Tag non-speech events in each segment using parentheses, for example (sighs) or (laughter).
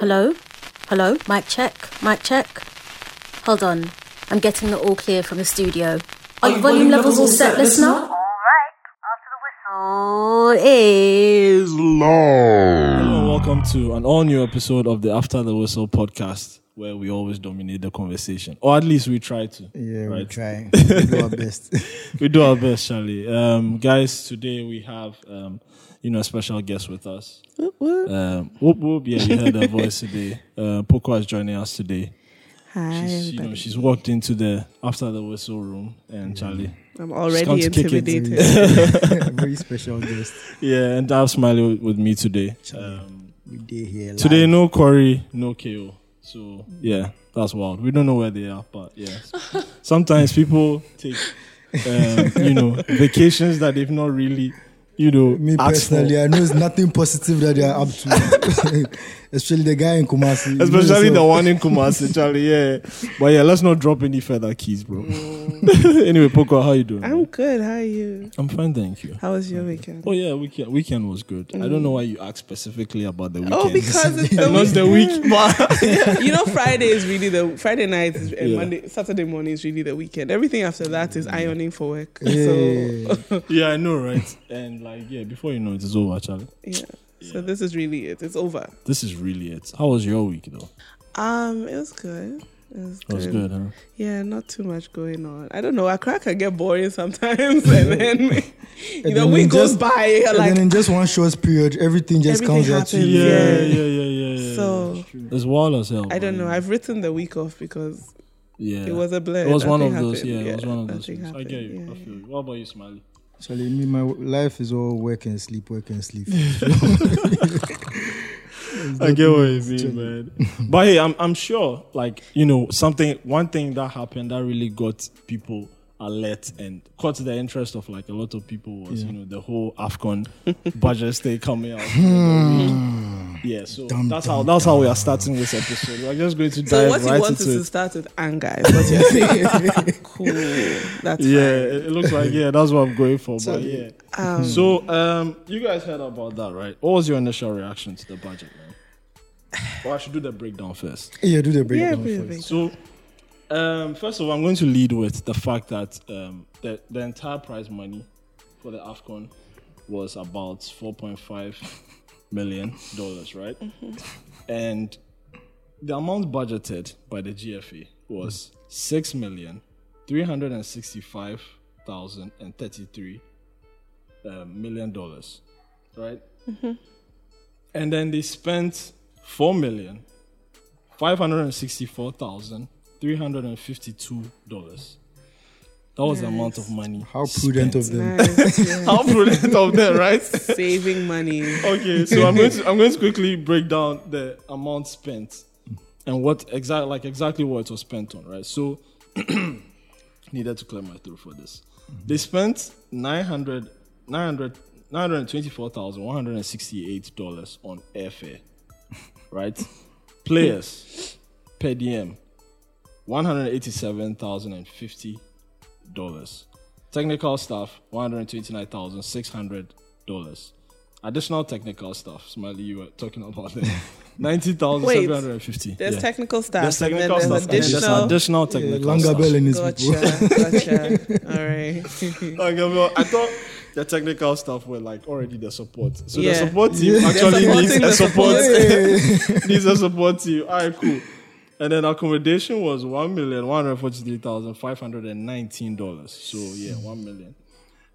Hello? Hello? Mic check? Mic check? Hold on. I'm getting the all clear from the studio. Are your volume levels all set, listener? All is low. Hello and welcome to an all new episode of the After the Whistle podcast, where we always dominate the conversation, or at least we try to. Yeah, we right? try. We do (laughs) our best. (laughs) We do our best, Charlie. Um, guys, today we have um, you know a special guest with us. Um, whoop whoop! Yeah, you heard her voice today. Uh, Poco is joining us today. Hi, She's, you know, everybody. she's walked into the After the Whistle room, and Charlie. I'm come already to kick it. intimidated. Very special guest. Yeah, and Dav Smiley with, with me today. Um, We did here. Today, no Corey, no KO. So, yeah, that's wild. We don't know where they are, but (laughs) yeah. Sometimes people take, um, you know, vacations that they've not really, you know, Me asked for. personally, I know it's nothing positive that they are up to. (laughs) Especially the guy in Kumasi. You know Especially the yourself. one in (laughs) Kumasi, Charlie. Yeah, but yeah, let's not drop any further keys, bro. (laughs) anyway, Poco, how you doing? Mm. I'm good. How are you? I'm fine, thank you. How was your weekend? Oh yeah, weekend weekend was good. I don't know why you asked specifically about the weekend. Mm. Oh, because it's (laughs) the not the week, but (laughs) weekend. you know, Friday is really the Friday night is, and Yeah. Monday, Saturday morning is really the weekend. Everything after that is ironing for work. So Yeah. yeah, I know, right? And like, yeah, before you know it, it's over, Charlie. yeah. So this is really it. It's over. This is really it. How was your week though? Um, it was good. It was It good. was good, huh? Yeah, not too much going on. I don't know. I crack can get boring (laughs) sometimes, and then (laughs) you And know, then week it goes just- by. You're And like, then in just one short period, everything just Everything comes at happens. you. Yeah, Yeah. yeah, yeah, yeah. yeah. So- it's wild as hell. I don't know. man. I've written the week off because Mm. yeah, It was a blur. It was one of Nothing those. happened. Yeah, it was one of those. nothing Things. I get you. I happened. feel you. What about you, Smiley? Actually, me, my life is all work and sleep, work and sleep. I get what you mean, Chill. man. (laughs) but hey, I'm I'm sure. Like you know, something one thing that happened that really got people alert and caught the interest of like a lot of people was you know the whole (laughs) Afcon budget stay coming out. you know, we- yeah, so Dum, that's dum, how that's how we are starting this episode. We're just going to dive (laughs) So what right you want is into to it. start with anger. Is (laughs) what you're saying? cool. That's Yeah, it it looks like yeah, that's what I'm going for. but yeah. Fine. Um, So, um, you guys heard about that, right? What was your initial reaction to the budget, man? Well, I should do the breakdown first. (laughs) yeah, do the breakdown break- first. So, um, first of all, I'm going to lead with the fact that um, the, the entire prize money for the AFCON was about 4.5 million dollars, right? And the amount budgeted by the GFA was six million three hundred and sixty-five thousand and thirty-three uh, million dollars, right? And then they spent four million five hundred and sixty-four thousand three hundred and fifty-two dollars. That was the amount of money. How prudent spent. of them. nice, yeah. (laughs) how prudent of them, right? saving money. okay, so (laughs) I'm going to I'm going to quickly break down the amount spent and what exactly like exactly what it was spent on, right? So (clears throat) needed to clear my throat for this. They spent 900 900 $924,168 dollars on airfare, (laughs) right? Players (clears throat) per diem, $187,050 dollars. Technical staff, one hundred twenty-nine thousand six hundred dollars. Additional technical staff. Smiley, you were talking about that. Ninety thousand seven hundred and fifty. There's technical stuff. There's technical and staff. then and there's then There's additional. additional Yeah, technical Longer staff. bell in his (laughs) Gotcha. (laughs) gotcha. All right. Like, I, mean, I thought the technical staff were like already the support. So Yeah. the support team Yeah. actually They're needs supporting a the support. (laughs) support. (laughs) needs a support team. All right, cool. And then accommodation was one million one hundred forty-three thousand five hundred and nineteen dollars. So yeah, one million.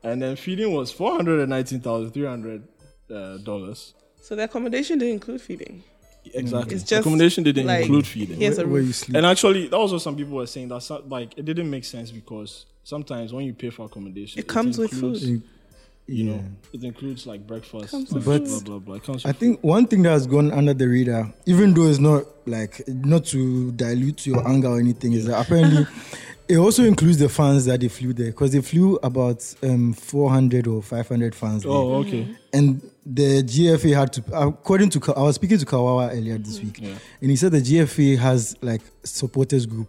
And then feeding was four hundred and nineteen thousand three hundred uh, dollars. So the accommodation didn't include feeding. Exactly. It's just accommodation didn't like- include feeding. Here's a Where roof. you sleep. And actually, that was what some people were saying that some- like it didn't make sense because sometimes when you pay for accommodation, It comes with includes- food. You Yeah. know, it includes like breakfast, Comes lunch, with blah, food. blah blah blah. It comes I with think one thing that has gone under the radar, even though it's not like not to dilute your anger or anything, is that (laughs) apparently it also includes the fans that they flew there because they flew about um, 400 or 500 fans food. there. Oh, okay. And the GFA had to, according to, Ka- I was speaking to Kawawa earlier this week, Yeah. and he said the GFA has like supporters group,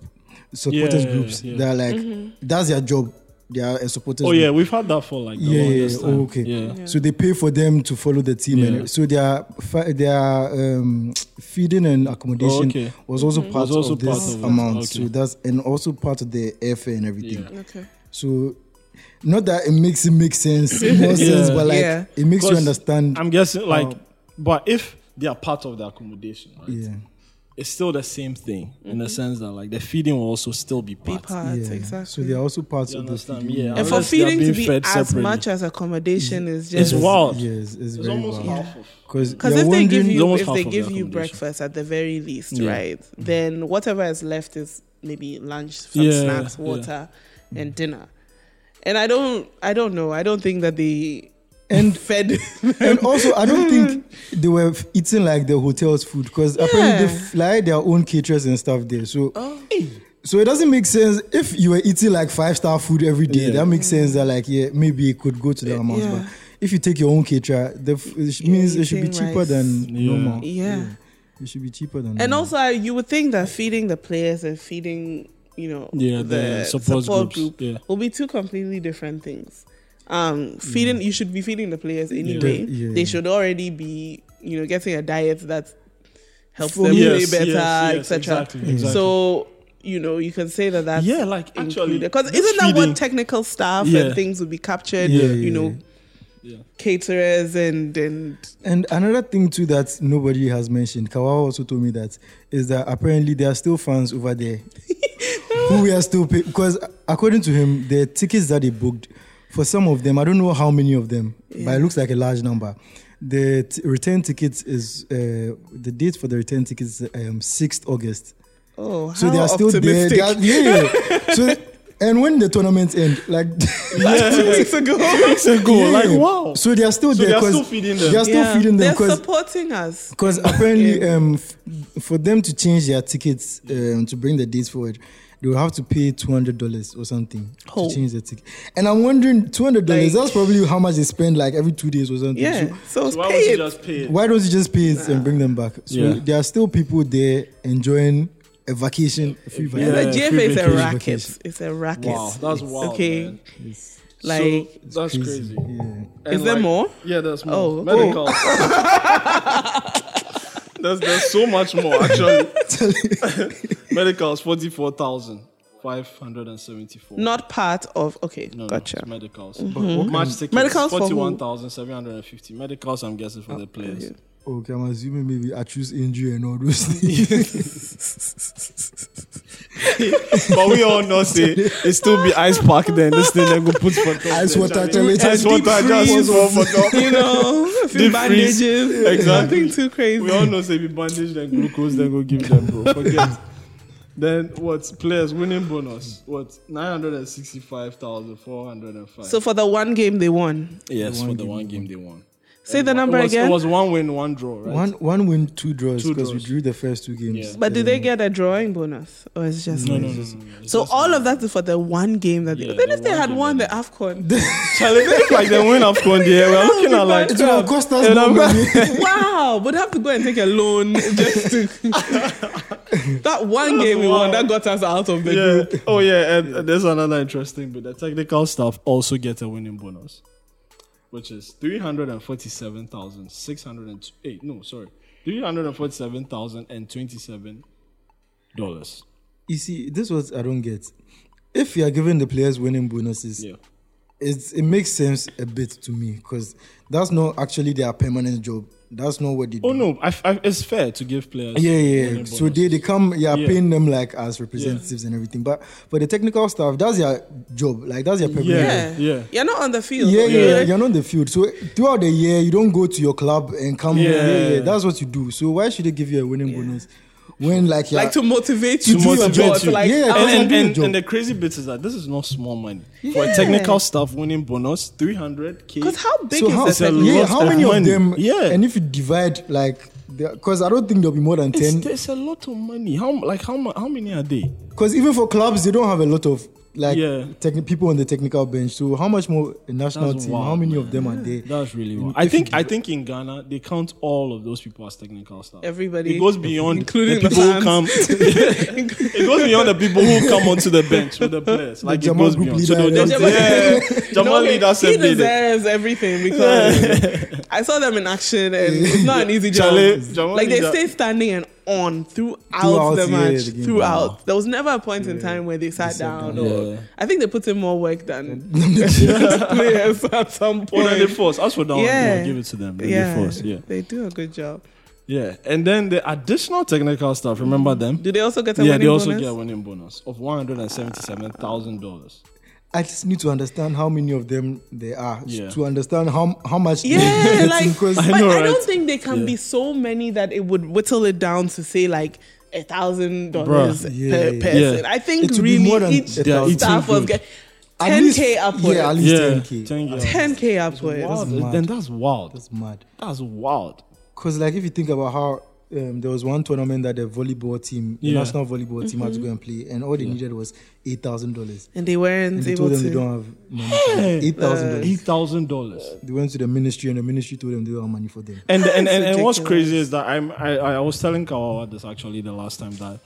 supporters Yeah, groups yeah. that are like, that's their job. their uh, supporters. Oh group. yeah, we've had that for like the Yeah, yeah, longest yeah. time. Oh, okay. Yeah. Yeah. So they pay for them to follow the team, Yeah. and so their fi- their um, feeding and accommodation Oh, okay. was also Mm-hmm. part also of part this of it. amount. Okay. So that's and also part of the airfare and everything. Yeah. Okay. So not that it makes it make sense, more sense, Yeah. but like (laughs) Yeah. it makes you Because understand. I'm guessing like, Oh. but if they are part of the accommodation, right, yeah, it's still the same thing in the sense that like the feeding will also still be Mm-hmm. Be part. part, yeah. So exactly. they are also part You of the understand? feeding. Yeah. and for Unless they are feeding to being be fed as separately. much as accommodation is It's just wild. Yes, it's, It's very almost wild. half of. Because Because if they give you almost if half they of the give you accommodation. breakfast at the very least, Yeah. Mm. right? Then whatever is left is maybe lunch, some Yeah, snacks, yeah. Mm. water, and dinner. And I don't, I don't know. I don't think that they (laughs) And- (laughs) fed. (laughs) and also I don't think they were f- eating like the hotel's food because apparently they Yeah. fly their own caterers and stuff there. So eh. Oh. so it doesn't make sense if you were eating like five star food every day. Yeah. That makes sense that like yeah maybe it could go to that amount, Eh, yeah. but if you take your own caterer, the f- it means it should be eating cheaper than rice. Yeah. normal. Yeah. It should be cheaper than And normal. also, I- you would think that feeding the players and feeding, you know, Yeah, the support groups, group yeah. Mm. will be two completely different things. Um, feeding you should be feeding the players anyway. The- yeah, They yeah. should already be, you know, getting a diet that helps For them me- play better, etc. Exactly, Yeah. exactly. So you know, you can say that that's yeah, like actually, because this isn't that feeding- what technical staff Yeah. and things would be captured? Yeah, you yeah, know, yeah. caterers and and And another thing too that nobody has mentioned, Kawawa also told me that is that apparently there are still fans over (laughs) there who we are still pay- because according to him, the tickets that they booked for some of them, I don't know how many of them, but Yeah. it looks like a large number. The t- return tickets is uh, the date for the return tickets um sixth August, oh, so how they are still optimistic. there. (laughs) They are- yeah, yeah, yeah. so and when the tournament end, like (laughs) (laughs) Like two weeks ago. It's a goal. Yeah, Like yeah. wow. so they are still So there. they are 'cause still feeding them. They are still Yeah. feeding them They're because supporting us. Because apparently, um, f- for them to change their tickets um, to bring the dates forward, they will have to pay two hundred dollars or something Oh. to change the ticket. And I'm wondering, two hundred dollars. Like- that's probably how much they spend, like every two days or something. Yeah. So So, it's why would you paid. just pay? it? why don't you just pay it and bring them back? So Yeah. there are still people there enjoying a vacation, a free And Yeah, the vacation. GFA free is a vacation. racket. It's a racket. Wow, that's wild. okay. man. Like so, that's crazy. Yeah. And Is there like- more? Yeah, there's more. Oh. Medical. (laughs) there's there's so much more actually. Medicals forty four thousand five hundred and seventy four. not part of okay, (laughs) gotcha. it's medicals. Match tickets. Medicals for who? forty-one thousand seven hundred and fifty. Medicals, I'm guessing for the players. okay. (laughs) Okay, I'm assuming maybe I choose injury and all (laughs) those things. (laughs) (laughs) but we all know say it still be ice pack then this thing then go put for top Ice then, water Charlie. challenge. (laughs) ice Deep water just freeze. for for top you know, (laughs) a Deep few freeze. bandages. (laughs) Exactly. Nothing too crazy. we all know say we bandage then glucose then go give them bro forget then what players winning bonus what 965,405 so for the one game they won. yes for the one game they won Say the It number was- again. it was one win one draw right one one win, two draws Two because we draws. drew the first two games. Yeah. but did they Um, get a drawing bonus? Or it's just Mm. no no no, no, no. It's So just- all of that is for the one game that they Yeah, then the if they one had game won the (laughs) they- AFCON. Charlie, if like they win AFCON there we're looking at like It will cost us Yeah, more number- money. (laughs) wow, would have to go and take a loan just (laughs) to (laughs) that one game we won that got us out of the yeah. group. Oh yeah, and and there's another interesting bit. The technical staff also get a winning bonus, which is three hundred and forty-seven thousand six hundred and eight. No, sorry, three hundred and forty-seven thousand and twenty-seven dollars. You see, this was I don't get. If you are giving the players winning bonuses, Yeah. it's, it makes sense a bit to me because that's not actually their permanent job. That's not what they do. Oh no, I, I, it's fair to give players. Yeah, yeah. yeah. winning So bonus. they, they come, you are Yeah. paying them like as representatives and everything. But for the technical staff, that's their job. Like that's their permanent job. Yeah. Yeah. You're not on the field. Yeah, yeah, yeah, You're- you're not on the field. So throughout the year, you don't go to your club and come. Yeah, yeah, yeah. that's what you do. So why should they give you a winning bonus when like you're Like to motivate you To do your motivate job. you. Like Yeah, oh, Because I'm And, and, doing and, job. and the crazy bit is that this is not small money. For a technical staff winning bonus, 300k. Because how big so is how, the It's a (laughs) second yeah, lot how of many of money. them? Yeah. and if you divide like, because I don't think there'll be more than It's, ten. it's a lot of money. How like how mu- how many are they? Because even for clubs, they don't have a lot of like Yeah. techni- people on the technical bench. So how much more a national That's team? wild, how many of them are there? That's really wild. If I think you- I think in Ghana they count all of those people as technical staff. Everybody. It (laughs) goes beyond Including the the people who fans. (laughs) come. it goes beyond the people who come onto the bench with the players. Like it Jamal goes group beyond. So leader no, and that's- all that. (laughs) yeah, Jamal No, leader he said they did. deserves everything because (laughs) I saw them in action and it's not an easy job. Charlie, Jamal like they Leader- stay standing and on throughout, Throughout, the yeah, match. the game. throughout, Wow. there was never a point in time where they sat down. down. Or Yeah. I think they put in more work (laughs) than the (laughs) players at some What are they point. force? As for that one, Yeah. yeah, give it to them. Then Yeah, They force. Yeah, they do a good job. yeah. And then the additional technical staff. Remember them? Do they also get a yeah, winning they also bonus? get a winning bonus of one hundred and seventy-seven thousand dollars. I just need to understand how many of them there are Yeah. to understand how how much. (laughs) they Yeah, get, like because I, I know, I don't right? think they can Yeah. be so many that it would whittle it down to say like a thousand dollars per Yeah, yeah, yeah. person. Yeah. I think It would be really more than each a thousand. staff Eating was good. getting At ten least- k upwards. yeah, at least Yeah, 10k. 10K. ten k upwards. Wild. mad. Then that's wild. That's mad. That's wild. Because like if you think about how um, there was one tournament that the volleyball team, the Yeah. Mm-hmm. national volleyball team, had to go and play, and all they needed was eight thousand dollars. And they weren't And they able told them they to. don't have money. for that. Eight thousand dollars. Eight thousand dollars. They went to the ministry, and the ministry told them they don't have money for them. And (laughs) and, and, and what's ridiculous. crazy is that I'm I, I was telling Kawawa this actually the last time that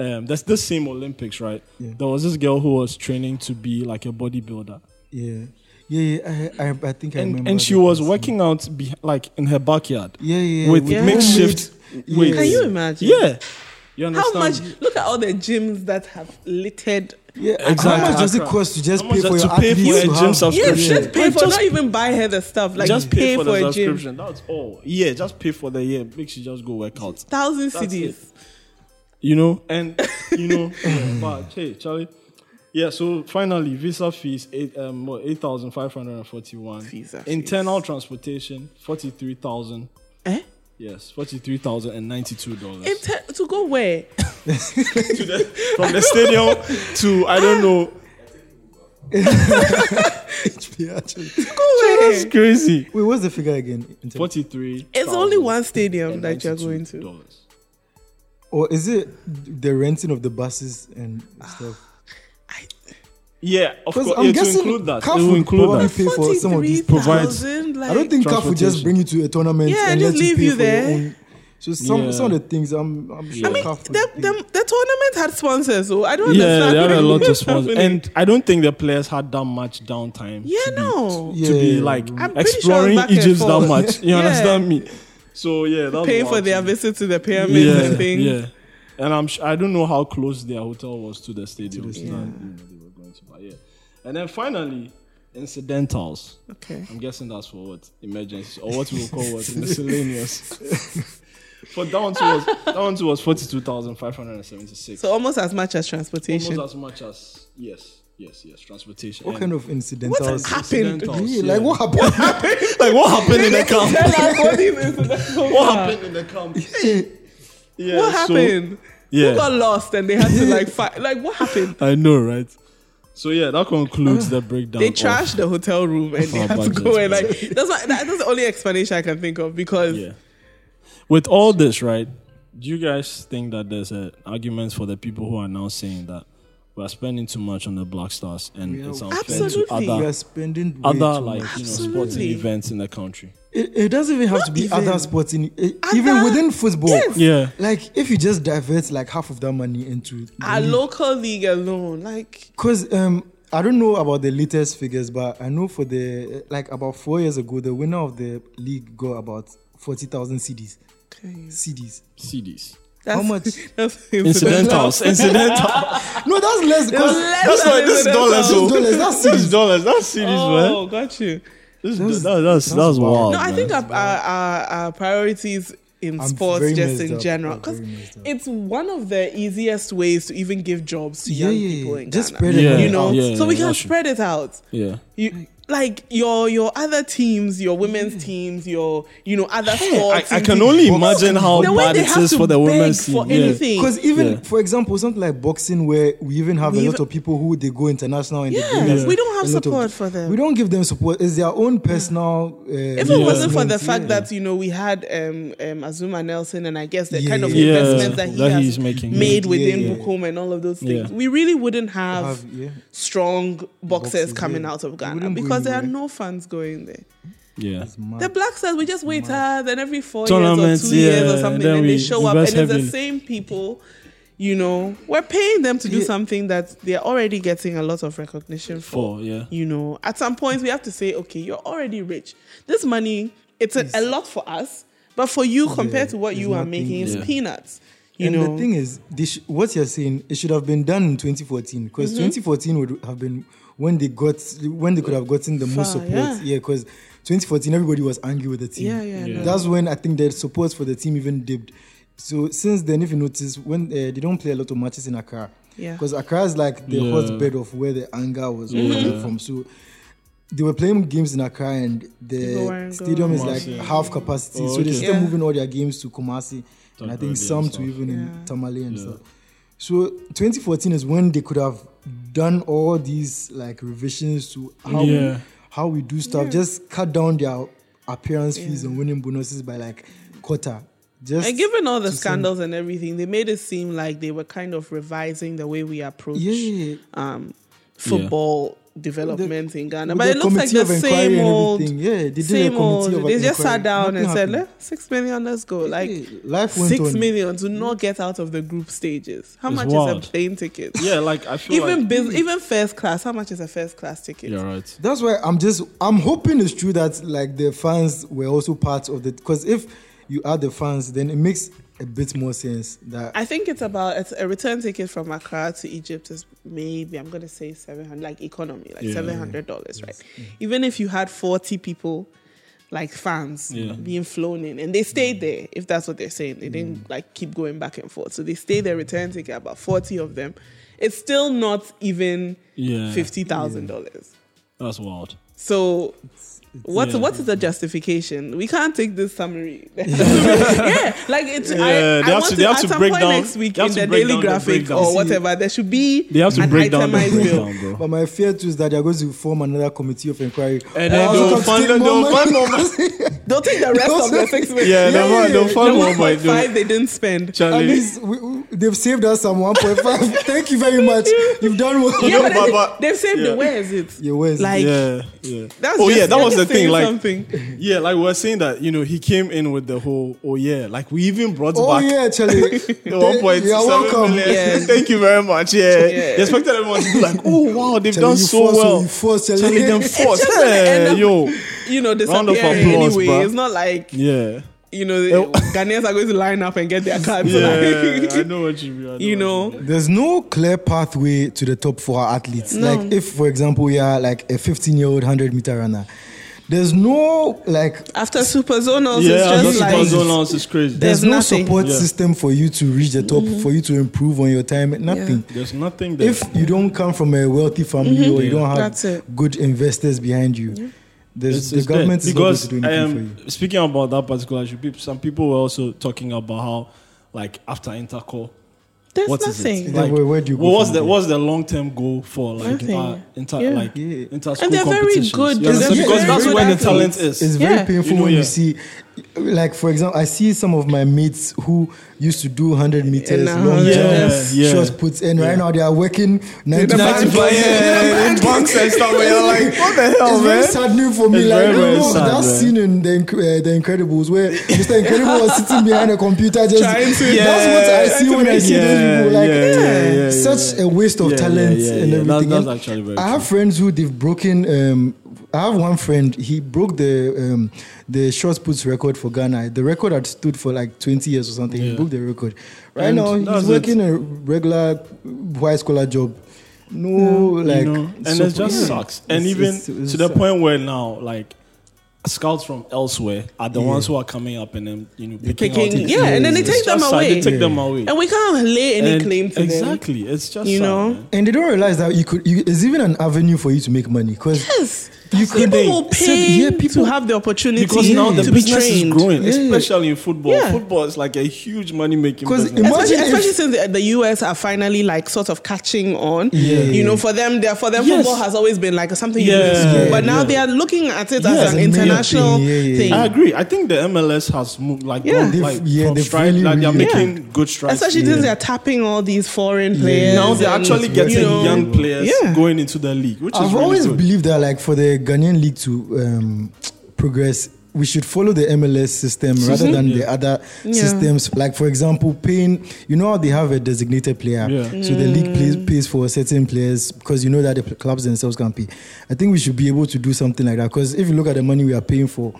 um that's this same Olympics, right? Yeah. There was this girl who was training to be like a bodybuilder. Yeah, yeah, yeah. I, I, I think I And remember. and she that was person. working out be, like in her backyard Yeah, yeah, yeah, with Yeah. makeshift Yeah. weights. Can you imagine? Yeah. You How understand? much? Look at all the gyms that have littered. Yeah, Exactly. How much does it Accra. cost to just How pay much for does- your to pay for athletes a to gym have- Yeah, subscription? Yeah. just pay Like, for just- not even buy her the stuff. Like just pay, for, the a gym. subscription. That's all. Yeah, just pay for the year. Make sure you just go work out. Thousand That's CDs. you know, and you know, (laughs) yeah, but hey, Charlie. Yeah, so finally, visa fees eight um what, eight thousand five hundred and forty one. Visa fees. Internal transportation forty three thousand. Eh? Yes, forty three thousand and ninety two dollars Inter- to go where? from the stadium to I don't (laughs) know. (laughs) HP, actually. Go where? That's crazy. Wait, what's the figure again? in terms- Forty three. It's only one stadium that you're going to. Dollars. Or is it the renting of the buses and stuff? (sighs) Yeah, of Because course. I'm yeah, to guessing include that, CAF it will would include probably that. pay for some of these provides- 43,000, Like, I don't think CAF would just Transportation. bring you to a tournament Yeah, and just let you leave pay you for there. your own. So some Yeah. some of the things I'm I'm sure I mean, CAF would the, pay. the, the tournament had sponsors, so I don't Yeah, understand. there are a lot of what's sponsors, happening. and I don't think the players had that much downtime. yeah, to be- no. Yeah. to be like I'm pretty exploring sure it's back and Egypt that (laughs) forth. much. You Yeah. understand me? So yeah, that's Paying wild for their to me. visit to the pyramids yeah, and things. yeah. And I'm sh- I don't know how close their hotel was to the stadium that, you know, they were going to, but yeah. And then finally, incidentals. Okay. I'm guessing that's for what emergencies or what we will call (laughs) what miscellaneous. for that one too was that one too was forty two thousand five hundred and seventy six. So almost as much as transportation. Almost as much as yes, yes, yes, transportation. What And kind of incidentals? (laughs) happened? incidentals, Yeah, yeah. like what happened? (laughs) like what happened in the camp? Tell us what these incidents are. (laughs) What happened in the camp? Yeah, What so- happened? yeah. Who got lost and they had to (laughs) like fight? Like what happened? I know, right? So yeah, that concludes the breakdown. (laughs) They of- trashed the hotel room and they our had to budget, go and man. like that's what, that, that's the only explanation I can think of because yeah. With all this, right? Do you guys think that there's an argument for the people who are now saying that we are spending too much on the Black Stars and We are- it's unfair Absolutely. to We other are spending way other too like much. you know sporting Absolutely. events in the country? It, it doesn't even have to be other sporting, eh, even Other- within football. Yes. Yeah. Like if you just divert like half of that money into our Mm. local league alone, like because um I don't know about the latest figures, but I know for the eh, like about four years ago, the winner of the league got about forty thousand CDs. CDs. CDs. That's- much? (laughs) That's incidental. Incidentals. (laughs) Incidentals. No, that's less. 'cause- less That's than not this is dollars. incidental. oh. Dollars, that's This is CDs. dollars. (laughs) That's CDs, man. Oh, got you. This, That's- that's, that, that's, that's that's, wild. wild. No, I man. think our, our, our, our priorities in I'm sports very just messed in up. general I'm because very messed up. it's one of the easiest ways to even give jobs to Yeah, young yeah, people yeah. in Just Ghana. spread it Yeah. out. You know, Yeah, so we can that's true. spread it out. Yeah. You like your your other teams, your women's teams, your you know other I, sports. I can only imagine how the way bad they it have is to for the beg women's for team. Yeah. anything. Because even, Yeah. for example, something like boxing, where we even have We a lot even- of people who they go international and Yeah, they bring us we don't have a lot of- support for them. We don't give them support. It's their own personal. Uh, If it Yeah. wasn't for the investment, fact yeah. that you know we had um, um, Azuma Nelson and I guess the kind of Yeah. Yeah, investments that he that has he's making. made Yeah, within yeah. Bukom and all of those Yeah. things, we really wouldn't have, Have- yeah. strong boxers, Boxers, coming yeah. out of It Ah. Ghana wouldn't go because there are anywhere. no fans going there. Yeah. Mad. The Black Stars, we just wait hard, then every four years Tournaments, or two years yeah, or something, then then they we show up, and invest it's the heavily. same people. You know, we're paying them to do Yeah. something that they're already getting a lot of recognition for Four, yeah. you know at some point we have to say okay you're already rich this money it's a, a lot for us but for you compared to what it's you are nothing. making it's Yeah. peanuts you and know the thing is, they sh- what you're saying, it should have been done in 2014 Mm-hmm. because 2014 would have been when they got when they could have gotten the most Far, support. yeah. Yeah, because 2014 everybody was angry with the team. Yeah, yeah, Yeah. no. That's when I think the support for the team even dipped. So since then, if you notice, when uh, they don't play a lot of matches in Accra, Yeah. because Accra is like the Yeah. hotbed of where the anger was all Mm-hmm. coming from. So. They were playing games in Accra and People weren't the stadium is like going. half capacity, Oh, so they okay. still Yeah. moving all their games to Kumasi, and I Tottenham think some and to stuff. even Yeah. in Tamale and Yeah. stuff. So 2014 is when they could have done all these like revisions to how Yeah. we, how we do stuff. Just cut down their appearance fees and winning bonuses by like quarter. Just and given all the to some- scandals and everything they made it seem like they were kind of revising the way we approach yeah, um, football development in ghana with but the it looks like committee the of inquiry same and old everything. Yeah, they did a same committee old of they just inquiry. sat down and Nothing said happened. "Eh, six million let's go like Yeah, life went six on. million to not get out of the group stages how It's much wild. is a plane ticket Yeah, like I feel even like, Hmm. bus- even first class. How much is a first class ticket? Yeah, right. That's why I'm just I'm hoping it's true that like the fans were also part of the because if you are the fans, then it makes a bit more sense that I think it's about it's a return ticket from Accra to Egypt is maybe I'm gonna say seven hundred like economy like Yeah. seven hundred dollars right. Even if you had forty people like fans Yeah. being flown in and they stayed there if that's what they're saying they Mm. didn't like keep going back and forth so they stayed their return ticket about forty of them. It's still not even Yeah. fifty thousand dollars. That's wild. So what's Yeah. what is the justification? We can't take this (laughs) summary. (laughs) yeah, like it's. I- I, Yeah, they have want to- they have at to some break point down- next week they have in to the break daily down the graphic breakdown. or whatever. There should be They have to an break down the itemized bill. breakdown, bro. But my fear too is that they're going to form another committee of inquiry. And then Oh, they'll come fund- take they'll more fund money. They'll take the rest (laughs) of the six million. Yeah, the one, the The fun one, one boy. point five dude. they didn't spend. At (laughs) Charlie. least we, we- they've saved us some (laughs) 1.5. Thank you very much. You've done well. Yeah, No, but, but- they- but- they've saved yeah. the where is it? Yeah, where is it? like, yeah, yeah. That's oh just, yeah, that they're was the just thing. saying Like, something. yeah, like we were saying that you know he came in with the whole oh yeah, like we even brought Oh back yeah, (laughs) Charlie. They- the one point (laughs) You're welcome. Yeah. Thank you very much. Yeah, Yeah. they expected everyone to be like, oh wow, they've Charlie, done you so forced, well. You forced, Charlie. Charlie, (laughs) them forced. just gonna end Yeah, up- yo, you know, Round of disappearing applause, anyway. bruh. It's not like yeah, you know Oh. Ghanaians are going to line up and get their (laughs) cards. yeah. like, I know what you mean. I (laughs) you what know. mean. There's no clear pathway to the top for our athletes. Like if, for example, you are like a 15-year-old 100-meter runner, there's no like After superzonals, yeah, it's just just like Superzonal. zonals is crazy. There's there's, no nothing. support Yeah. Mm-hmm. system for you to reach the top, for you to improve on your time, nothing. There's nothing there. If you don't come from a wealthy family or Mm-hmm. you don't That's it. have good investors behind you, It's- there's, the it's government dead. is because not going to do anything um, speaking about that particular issue, people, some people were also talking about how, like after intercall, There's what is nothing. it? Then where- where do you go what was from the there? what's the long term goal for like Nothing. uh, inter Yeah. like Yeah. inter And they're very good. They're very because that's good where the athletes. talent for you. is. It's very Yeah. painful You know, when yeah. you see, like for example, I see some of my mates who used to do 100 meters, now- long Yeah, jumps, yeah. short puts, and right now they are working 90 bank. to Ninety-five, yeah, in bunks and stuff. where You're like, what the hell, (laughs) it's very man? saddening for me. It's like, very, you very know, sad, that man. scene in the, Inc- uh, the Incredibles where Mr. Incredible was sitting behind a computer just. Trying to- that's what I see Yeah, when I see yeah, those people. Like, yeah, yeah, yeah, such yeah. a waste of Yeah, talent yeah, yeah, and yeah. That- everything. that's And actually very I have friends who they've broken. Um, I have one friend. He broke the um, the short puts record for Ghana. The record had stood for like 20 years or something. He Yeah. broke the record. Right And now, that's he's it. working a regular white collar job. No, like, you know, and it support. just Yeah. sucks. And It's- even it's- it's to the sad. point where now, like, scouts from elsewhere are the ones who are coming up and then you know picking, Picking- out these yeah, and then they players. take It's just them sad. away. They take them away. And we can't lay any And- claim to them. exactly. It's just You sad, know? man. And they don't realize that you could. You, it's even an avenue for you to make money because Yes. you could. People will Said- pay yeah, people to have the opportunity Because now the to be business is trained. growing, Yeah. especially in football. Yeah. Football is like a huge money making 'Cause business. imagine- Especially, if- especially since the, the US are finally like sort of catching on. Yeah. You know, for them, they're- for them, Yes. football has always been like something you do in Yeah. school. But Yeah, now yeah. they are looking at it Yeah, as it's an a major international thing. Yeah, yeah, thing. I agree. I think the MLS has moved like, Yeah. gone, They've- like yeah, from they've stride, really, like they're really- making good strides. Especially since they're tapping all these foreign players. now they're and, actually you getting know, young players Yeah. going into the league, which is I've really always good. believed that, like, for the Ghanaian league to um, progress, we should follow the MLS system rather than the other Yeah. systems. Like, for example, paying, you know how they have a designated player? Yeah. So the league plays, pays for certain players because you know that the pl- clubs themselves can't pay. I think we should be able to do something like that because if you look at the money we are paying for,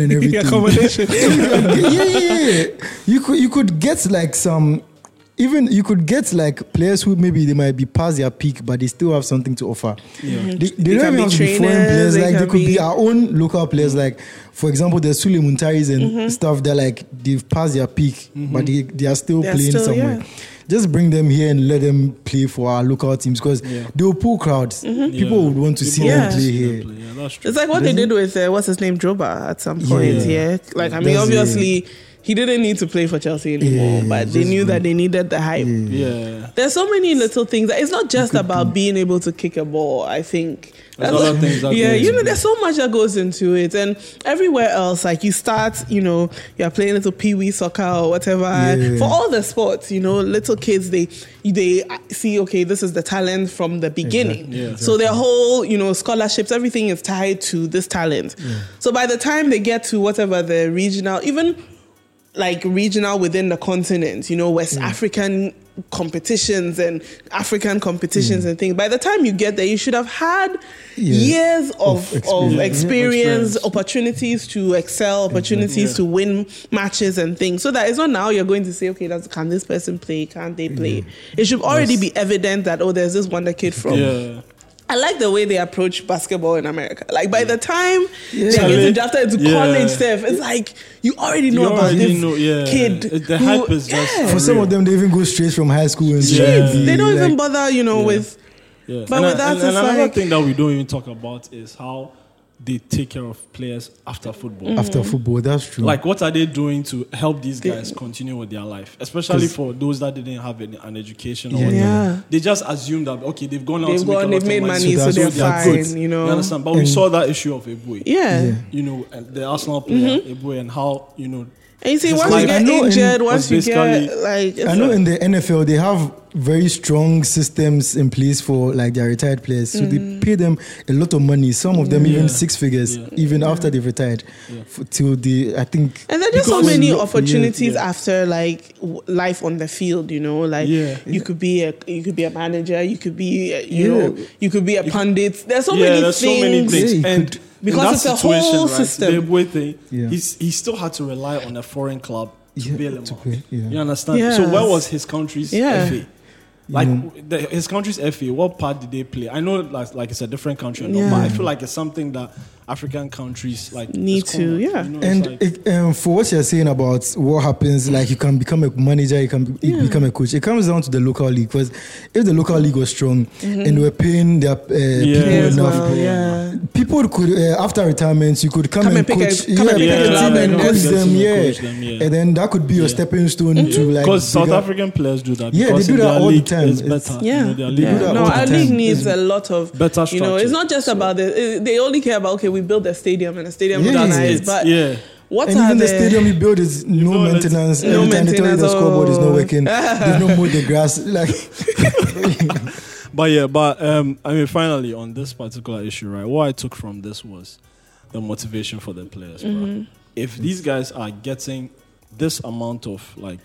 (laughs) and everything. accommodation. (laughs) yeah, yeah, yeah. You could you could get like some even you could get like players who maybe they might be past their peak, but they still have something to offer. They, they They don't can even be have to be foreign trainers, players. they Like they can could be, be- our own local players. Like for example, there's Sule Muntaris and stuff. They're like they've passed their peak, but they, they are still They're playing still- somewhere. yeah. Just bring them here and let them play for our local teams because they'll pull crowds. People Yeah. would want to see People Yeah. them want to play see them here. play. Yeah, that's true. It's like what they did with uh, what's his name, Droba at some point. Yeah, Yeah. like I mean, That's it. obviously he didn't need to play for Chelsea anymore, Yeah, but they just knew that they needed the hype. yeah. There's so many little things. It's not just about being able to kick a ball. I think There's other things that (laughs) yeah, goes you know, into there's so much that goes into it, and everywhere else, like you start, you know, you're playing little pee wee soccer or whatever Yeah. for all the sports. You know, little kids they they see okay, this is the talent from the beginning. Exactly, yeah. So their whole you know scholarships, everything is tied to this talent. So by the time they get to whatever the regional, even like regional within the continent, you know, West African competitions and African competitions and things. By the time you get there, you should have had Yeah. years of, of Of experience, experience. Experience. opportunities to excel, opportunities to win matches and things. So that it's not now you're going to say, okay, that's, can this person play? Can they play? It should already be evident that, oh, there's this wonder kid from Yeah. I like the way they approach basketball in America. Like by the time Yeah. they're getting Really? drafted into Yeah. college stuff, it's like you already know You about already this know, yeah. kid. It- the who- hype is just Yeah. For some of them, they even go straight from high school and Yeah. They don't like- even bother, you know, with Yeah. But and with I- that, and- it's and another like- thing that we don't even talk about is how they take care of players after football. Mm. after football. That's true. Like, what are they doing to help these guys continue with their life? Especially for those that didn't have an, an education or Yeah. whatever. Yeah. They just assume that, okay, they've gone out They've to gone, make a they've made lot of money, so so they're they are fine, good. you know. understand? But we saw that issue of Eboy. yeah. Mm-hmm. Yeah. You know, and the Arsenal player, Eboy, and how, you know, And you see, It's once like- you I get know in- injured, once was you get basically- like, it's I know like- in the NFL they have very strong systems in place for like their retired players, so Mm. they pay them a lot of money. Some of them even Yeah. six figures, Yeah. even after they've retired, f- till the I think. And there are just so because- many Yeah, opportunities yeah. after like w- life on the field, you know, like Yeah. you could be a you could be a manager, you could be a, you Yeah. know, you could be a pundit. There's so yeah, many there's things. so many things. Yeah, you and could- Because in that it's a situation, whole right, system. The Eboy thing, Yeah. he's, he still had to rely on a foreign club to Yeah, bail him to out. pay- yeah. You understand? So Yes. where was his country's Yeah. FA? Like the, his country's FA, what part did they play? I know, like, like it's a different country, and all, but Yeah. I feel like it's something that African countries like Need it's to, common, yeah. You know, it's And like- it, um, for what you're saying about what happens, like you can become a manager, you can be- become a coach. It comes down to the local league because if the local league was strong and they were paying their uh, people Mm-hmm. Yes, Players enough, well, yeah. people could uh, after retirement you could come, Come and, and pick a- coach come and yeah, pick pick a a club team and and coach coach them, them, yeah. coach them, yeah. and then that could be your stepping stone to Mm-hmm. like because South bigger- African players do that. Yeah, they because do in that their all the league, time. It's It's- better. Yeah, you know, their yeah. league do is that no, all the our time. league needs a lot of Better You know, structure. it's not just about the. it- They only care about okay, we build the stadium and the stadium is Yeah. nice, That's it, but yeah. what and are even the, the stadium you build is no know, it's- maintenance. no Every time they tell you the maintenance, scoreboard is oh. not working, they've not mowed the grass. (laughs) Like But yeah, but um, I mean, finally on this particular issue, right? What I took from this was the motivation for the players. bruh. Mm-hmm. If these guys are getting this amount of like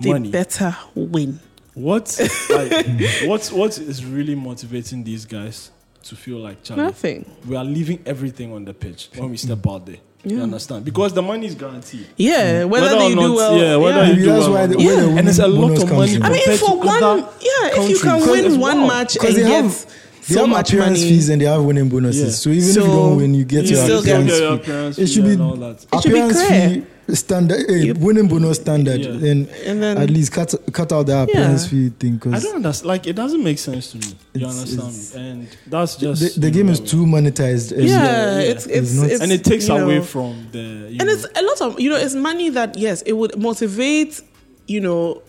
they money, better win? (laughs) what like, what what is really motivating these guys to feel like Charlie? Nothing. We are leaving everything on the pitch when we step out there. You Yeah. understand? Because the money is guaranteed. Yeah, whether, Mm. Whether or they do not- well, yeah, whether you maybe do that's well why or the, not. where the Yeah. winning And it's a lot bonus of comes money. from. I mean, compared for to one, other yeah, if you countries. can Because win it's one wow. match and Because they have get They so have much appearance money. fees and they have winning bonuses. Yeah. So even if you So don't win, you get you your still get appearance Yeah, fee. yeah, appearance It fee should be and all that. It should be appearance clear. fee standard, eh, Yep. winning bonus standard, Yeah. and, And then- at least cut cut out the appearance Yeah. fee thing I because don't understand. Like, it doesn't make sense to me. You It's- understand it's- me? And that's just the, the game is whatever. too monetized. and- yeah, yeah. it's it's, not- it's and it takes you away know. from the. you and know, it's a lot of you know it's money that yes it would motivate you know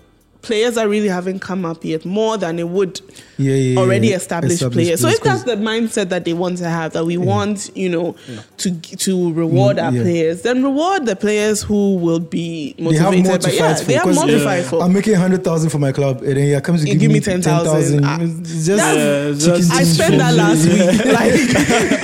players that really haven't come up yet more than it would yeah, yeah, yeah, already yeah. established, players. So if 'cause that's the mindset that they want to have, that we want, you know, to to reward Mm, our yeah. players, then reward the players who will be they have motivated. more to by, fight yeah, for. they have 'cause more Yeah. to fight for. I'm making hundred thousand for my club, and then yeah, comes to You give, give me me ten 10,000. thousand. Ah, It's that's- Yeah, it's just chicken just- I things spent for that me. last Yeah. week,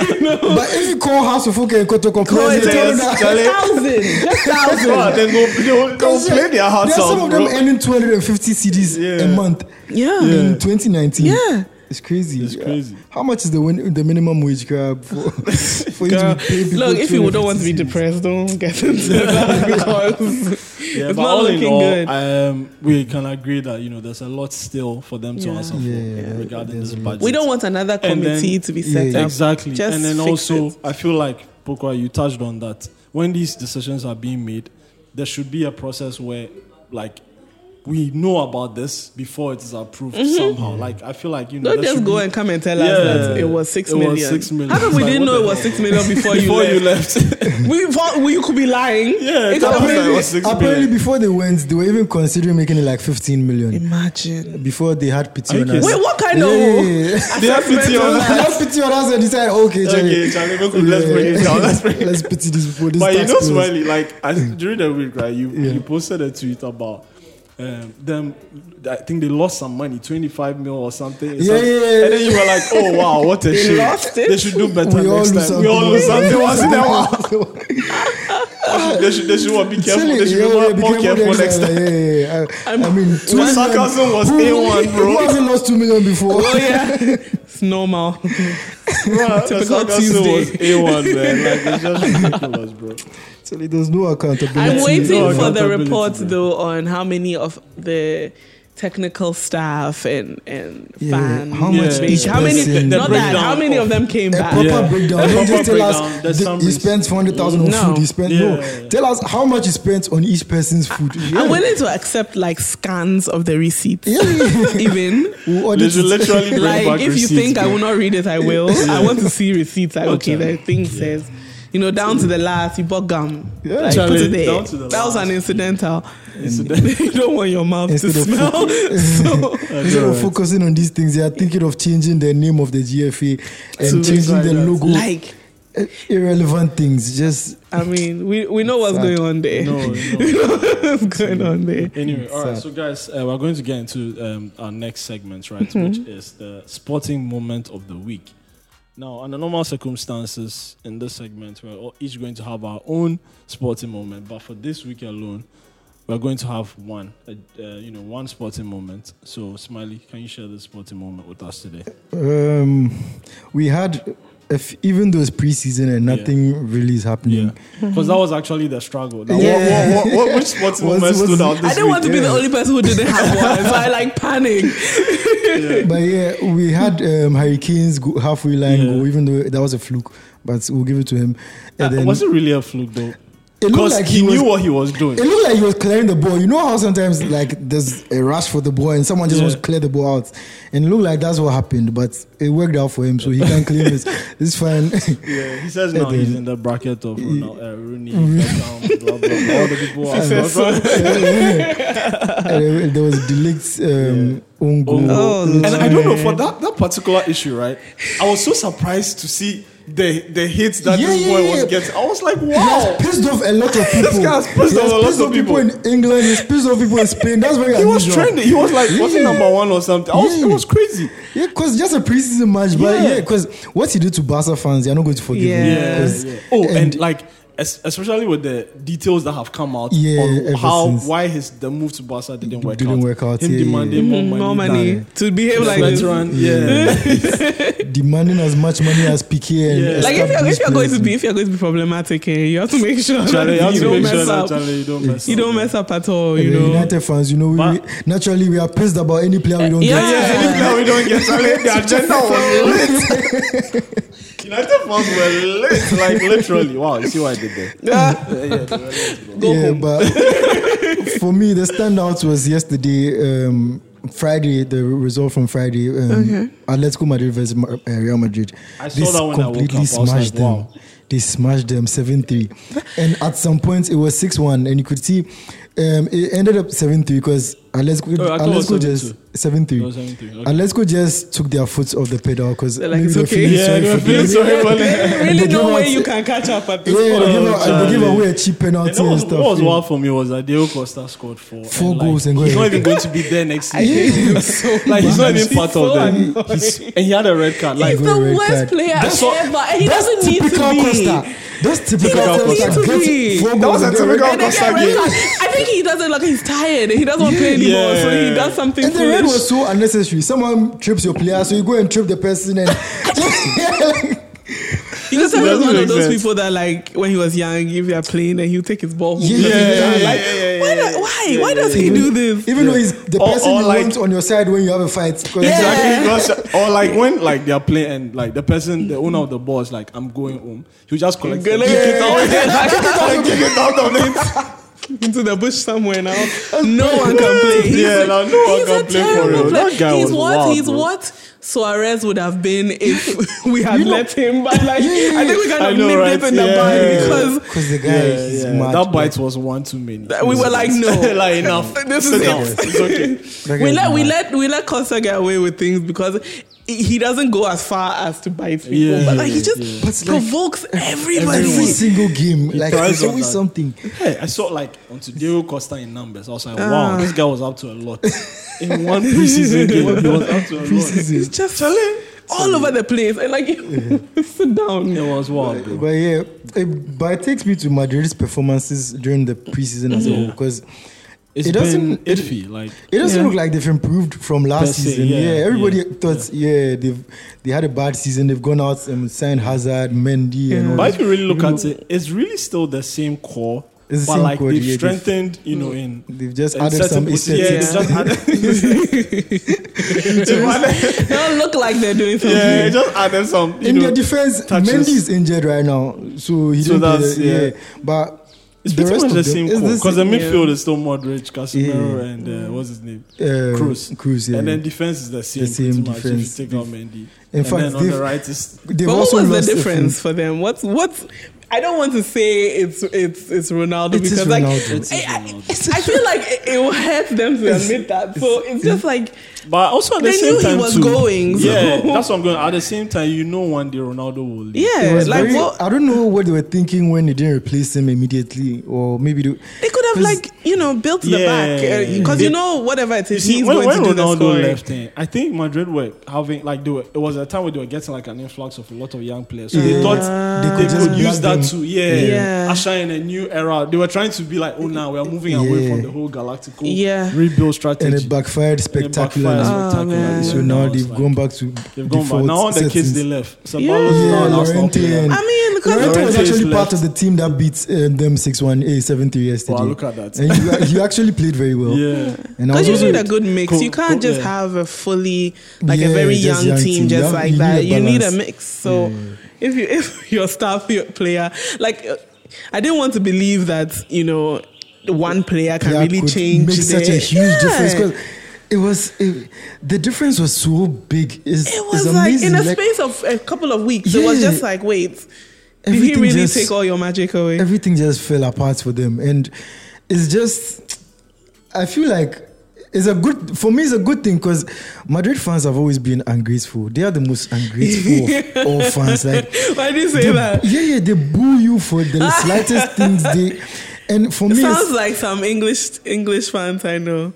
(laughs) like But if you call House of Folk and Koto no, Complaints, it they tell them takes that. Charlie. thousand, (laughs) just Well, thousand. then they'll, they'll, they'll play their hearts There are out. some of them bro. earning 250 CDs a Yeah. month Yeah. in 2019. Yeah. It's crazy. It's Yeah. crazy. How much is the win- the minimum wage grab for, (laughs) for you to Girl, be paid people look, if you don't want to be 250 depressed, don't (laughs) get into that because Yeah, it's but not all in looking all, good. Um, we can agree that you know there's a lot still for them to Yeah. answer for Yeah, yeah, yeah. regarding There's this a lot. budget. we don't want another And then- committee to be Yeah, set yeah. up. exactly, Just and then fix also it. I feel like Pokwa, you touched on that. When these decisions are being made, there should be a process where, like, we know about this before it is approved somehow. Like, I feel like you know, Mm-hmm. there Don't just should go be- and come and tell us Yeah. that it was six It was million. six million. How come we Like, what didn't know it the was hell? six million before you (laughs) before you left? left. We thought well, you could be lying. (laughs) Yeah, It tell us could have that been- it was six million. Apparently, before they went, they were even considering making it like 15 million. Imagine. Before they had pity Are you on us. kidding? Wait, what kind yeah, of? yeah, (laughs) yeah. they have pity on They us. had pity on us and decided, okay, Charlie, Okay, Charlie, look, let's bring it down. Let's (laughs) bring it let's pity these people. This But you know, taxpayers. Smiley, like I, (laughs) during the week, right? You you posted a tweet about um, them. I think they lost some money, twenty five mil or something. Yeah, yeah, And then you were like, "Oh wow, what a They shame! lost it? They should do better We all next do time. We something. all lose (laughs) something once in a while. (laughs) They should they should want to be careful. Actually, They should yeah, be more, yeah, be more careful careful the next time." Yeah, yeah, yeah. I, I mean, two My million- sarcasm was who- A1, bro. (laughs) Who hasn't lost two million before? (laughs) Oh yeah, (laughs) (laughs) it's normal. Bruh, Typical Osaka Sue was Tuesday. A one man. Like it's (laughs) just ridiculous, bro. Actually, there's no accountability. I'm no waiting for the accountability, report bro. though on how many of the technical staff and and Yeah, fans. how much they- each how many? person- The not that. How breakdown many of of- them came A back? proper Yeah. breakdown. Don't Proper just tell breakdown. us There's th- he some spent 400,000 on No. food. He spent, Yeah. no. Tell us how much he spent on each person's food. I'm willing to accept like scans of the (laughs) receipts. Yeah. (laughs) Even Who They audits should it? literally bring like back if you receipts, think I bro. will not read it, I will. (laughs) I want to see receipts. Like, okay, Charlie. the thing says, you know, down to the last, you bought gum. Yeah. Like, put Charlie, it there. down to the that was last. an incidental. Incident- (laughs) you don't want your mouth to Instead of (laughs) smell. so Instead of focusing on these things, they are thinking of changing the name of the GFA and To changing the like that. logo. like, Uh, Irrelevant things. Just I mean, we, we know what's Sad. going on there. No, no. we know (laughs) what's going on there. Anyway, all right. Sad. So, guys, uh, we're going to get into um, our next segment, right? Mm-hmm. Which is the sporting moment of the week. Now, under normal circumstances, in this segment, we're all- each going to have our own sporting moment. But for this week alone, we're going to have one, uh, uh, you know, one sporting moment. So, Smiley, can you share this sporting moment with us today? um, we had, if, even though it's preseason and Yeah. nothing really is happening. Yeah, because that was actually the struggle. Now, Yeah. what, what, what, what, which sporting Was- moment was- stood out this I didn't want to be the yeah. only person who didn't have one, so I like (laughs) panicked. But yeah, we had um, Hurricanes go halfway line Yeah. goal, even though that was a fluke. But we'll give it to him. Uh, And then was it really a fluke though? it looked Because like he, he, was. knew what he was doing. it looked like he was clearing the ball. You know how sometimes like there's a rush for the ball and someone just wants Yeah. to clear the ball out, and it looked like that's what happened. But it worked out for him, so he can (laughs) claim it. It's fine. (laughs) Yeah, he says now then- he's in the bracket of Ronald, uh, Rooney, Mm. Beckham, blah, blah, blah. All the people (laughs) are blah, blah. And, uh, there was Delict's um, own goal. Oh, And I don't know for that, that particular issue, right? I was so surprised to see the the hits that Yeah, this yeah, boy yeah, was yeah. getting. I was like, He has wow. pissed off a lot (laughs) of people. guy has pissed He off has a lot pissed of off people in England. He's pissed off people in Spain. That's very He was unusual. trending. He was like, was he Yeah. number one or something? I was, It Yeah. was crazy. Yeah, because just a preseason match, but Yeah. yeah, because what he did to Barca fans, they are not going to forgive Yeah. him. 'Cause- Oh, and, like. es- especially with the details that have come out Yeah, on ever how since. why his the move to Barca didn't work Didn't out. work out, Him yeah, Mm, yeah, demanding more money. More than money to behave the like this. veteran, yeah. (laughs) demanding as much money as Piquet. And Yeah. Like if established you're, if you're going to players. be if you're going to be problematic, eh, you have to make sure Charlie, you that have you to don't make mess sure that up. Charlie, you don't mess you up. don't mess up at all. You And the know. United fans, you know, we, But- we- naturally we are pissed about any player we don't Yeah, get. yeah, yeah. no, we don't get Charlie. The agenda was lit. United fans were lit, like literally. Wow, you see what I did there? Go yeah, home. but (laughs) for me, the standout was yesterday, um, Friday, the result from Friday. Um, Atletico Madrid versus Ma- uh, Real Madrid. I saw that when I woke up. completely I was smashed like, wow. them. They smashed them 7 (laughs) 3. And at some point, it was 6 1. And you could see um, it ended up 7 3 because Atletico, Oh, I thought it was Atletico just 7 3. It was 7-3, okay. Atletico just took their foot off the pedal because They're like, it's okay. Yeah, they were feeling sorry (laughs) for them. really They no don't way want- you can catch up at this Yeah, (laughs) point. they gave, Oh, out- they gave Charlie. away a cheap penalty And that was, and stuff. what was yeah. (laughs) wild for me was that Diego Costa scored four, Four and, goals and like, he's going- not even going to be there next season. It's so (laughs) like he's not bad. even part He's so of them. annoying. (laughs) He's- and he had a red card. Like He's Very the red worst card. player That's what- ever, and he doesn't need to be. typical Costa. That's typical He doesn't Costa. need to Gets be. four That goals was a and then typical red card. And they get Costa red game. card. I think he doesn't like he's tired. He doesn't want to play anymore, so he does something And the red foolish. was so unnecessary. Someone trips your player, so you go and trip the person and (laughs) You just have Doesn't one make of those sense. people that like when he was young, if you're playing, and he'll take his ball. home. Yeah, (laughs) Doesn't yeah, matter. yeah, Like, why? do- Why? why does he do this? Even though he's the Or- person or you like- want on your side when you have a fight. 'cause- Yeah. Exactly. Because, or like when like they're playing and like the person, the owner of the ball is like, I'm going home. He'll just collect Gonna it. kick it out. (laughs) Like, kick it out of it. into the bush somewhere now. No one can play. He's Yeah, a- no, no one he's can play a for terrible real. player. That guy he's was what wild, he's bro. what Suarez would have been (laughs) if (laughs) we had let him. But like, I think we kind I of know, nipped right? it in the Yeah. bud Yeah. because Because the guy Yeah, is yeah. mad. That bite was one too many. we were like, no, (laughs) like (laughs) enough. This Sit is down. it. It's okay. That guy We is let we mad. let we let Costa get away with things because. He he doesn't go as far as to bite people, Yeah, but like he just yeah. But, like, provokes everybody. every single game. Like tries there's on always that. something. Hey, I saw like onto Diego Costa in numbers. I was like, wow, this guy was up to a (laughs) lot in one preseason (laughs) game. He was up to a lot. He's just all over the place, and like, (laughs) sit down. It was wild, bro. But yeah, it, but it takes me to Madrid's performances during the preseason as a whole because It's It doesn't- been iffy. Like it doesn't Yeah. look like they've improved from Per last se, season. yeah, Yeah, everybody yeah, thought yeah. they've they had a bad season. They've gone out and signed Hazard, Mendy, and all. But that. if you really look at it, it's really still the same core. It's the but same like core, they've Mm. yeah, they've- strengthened, you know, in They've just in added certain some posi- aesthetics. yeah, it's just added- They don't look like they're doing something. (laughs) yeah, it's just added some. You In know, their defense, touches. Mendy is injured right now, so he So didn't play that's- the- yeah. yeah. But it's the pretty rest much of the them same it's core because the same- midfield is still Modric, Casemiro, Yeah. and uh, what's his name, uh, Cruz. Cruz, yeah. And then defense is the same. The same pretty much, if you defense. take out Mendy. In and fact, then on they've- the right is they've But what also was lost the a few- difference for them? What's what's? I don't want to say it's it's it's Ronaldo It is because like Ronaldo. It is I, I- Ronaldo. I feel like it, it will hurt them to admit that. So it's just like But also at the They same knew he time was too, going, so- Yeah, that's what I'm going. At the same time, you know, one day Ronaldo will leave. It yeah, was like very- what I don't know what they were thinking when they didn't replace him immediately, or maybe they, they could have 'cause- like you know built the Yeah. back because They- you know whatever it You is see, he's when, going when to do the Ronaldo scoring. left, eh, I think Madrid were having like they were, it was a time where they were getting like an influx of a lot of young players. So they Yeah. thought They they could could, just use that grab them. to yeah, Yeah. usher in a new era. They were trying to be like, oh, now we are moving away Yeah. from the whole galactical Yeah. rebuild and strategy. And it backfired it backfired spectacularly. spectacularly. So man. And I now was they've like- gone back to They've gone back. default Now all the kids they settings. left. Sabalos Yeah, now Yeah, that's not Llorente playing. and I mean, because Llorente was Llorente is actually part left. of the team that beat um, them 6 1 A 7 3 yesterday. Wow, look at that. And you, you actually played very well. Yeah. And I Because was you also, need a good mix. Co- you can't co- just yeah. have a fully like a Yeah, very just young, young team, team. just You have- you need a like that. you need a balance. mix. So if you (laughs) if your star fe- player like uh, I didn't want to believe that you know one player can Pjanic really could change make such a the- huge Yeah. difference. 'cause it was it, the difference was so big. It's, It it's was like amazing. in a like, space of a couple of weeks. It was Yeah. just like wait. Did he Everything really just- take all your magic away? everything just fell apart for them and it's just i feel like it's a good for me it's a good thing because madrid fans have always been ungrateful they are the most ungrateful (laughs) of all fans like Why do you say they- that? yeah yeah they boo you for (laughs) the slightest things they and for me it's- Sounds like some English English fans I know.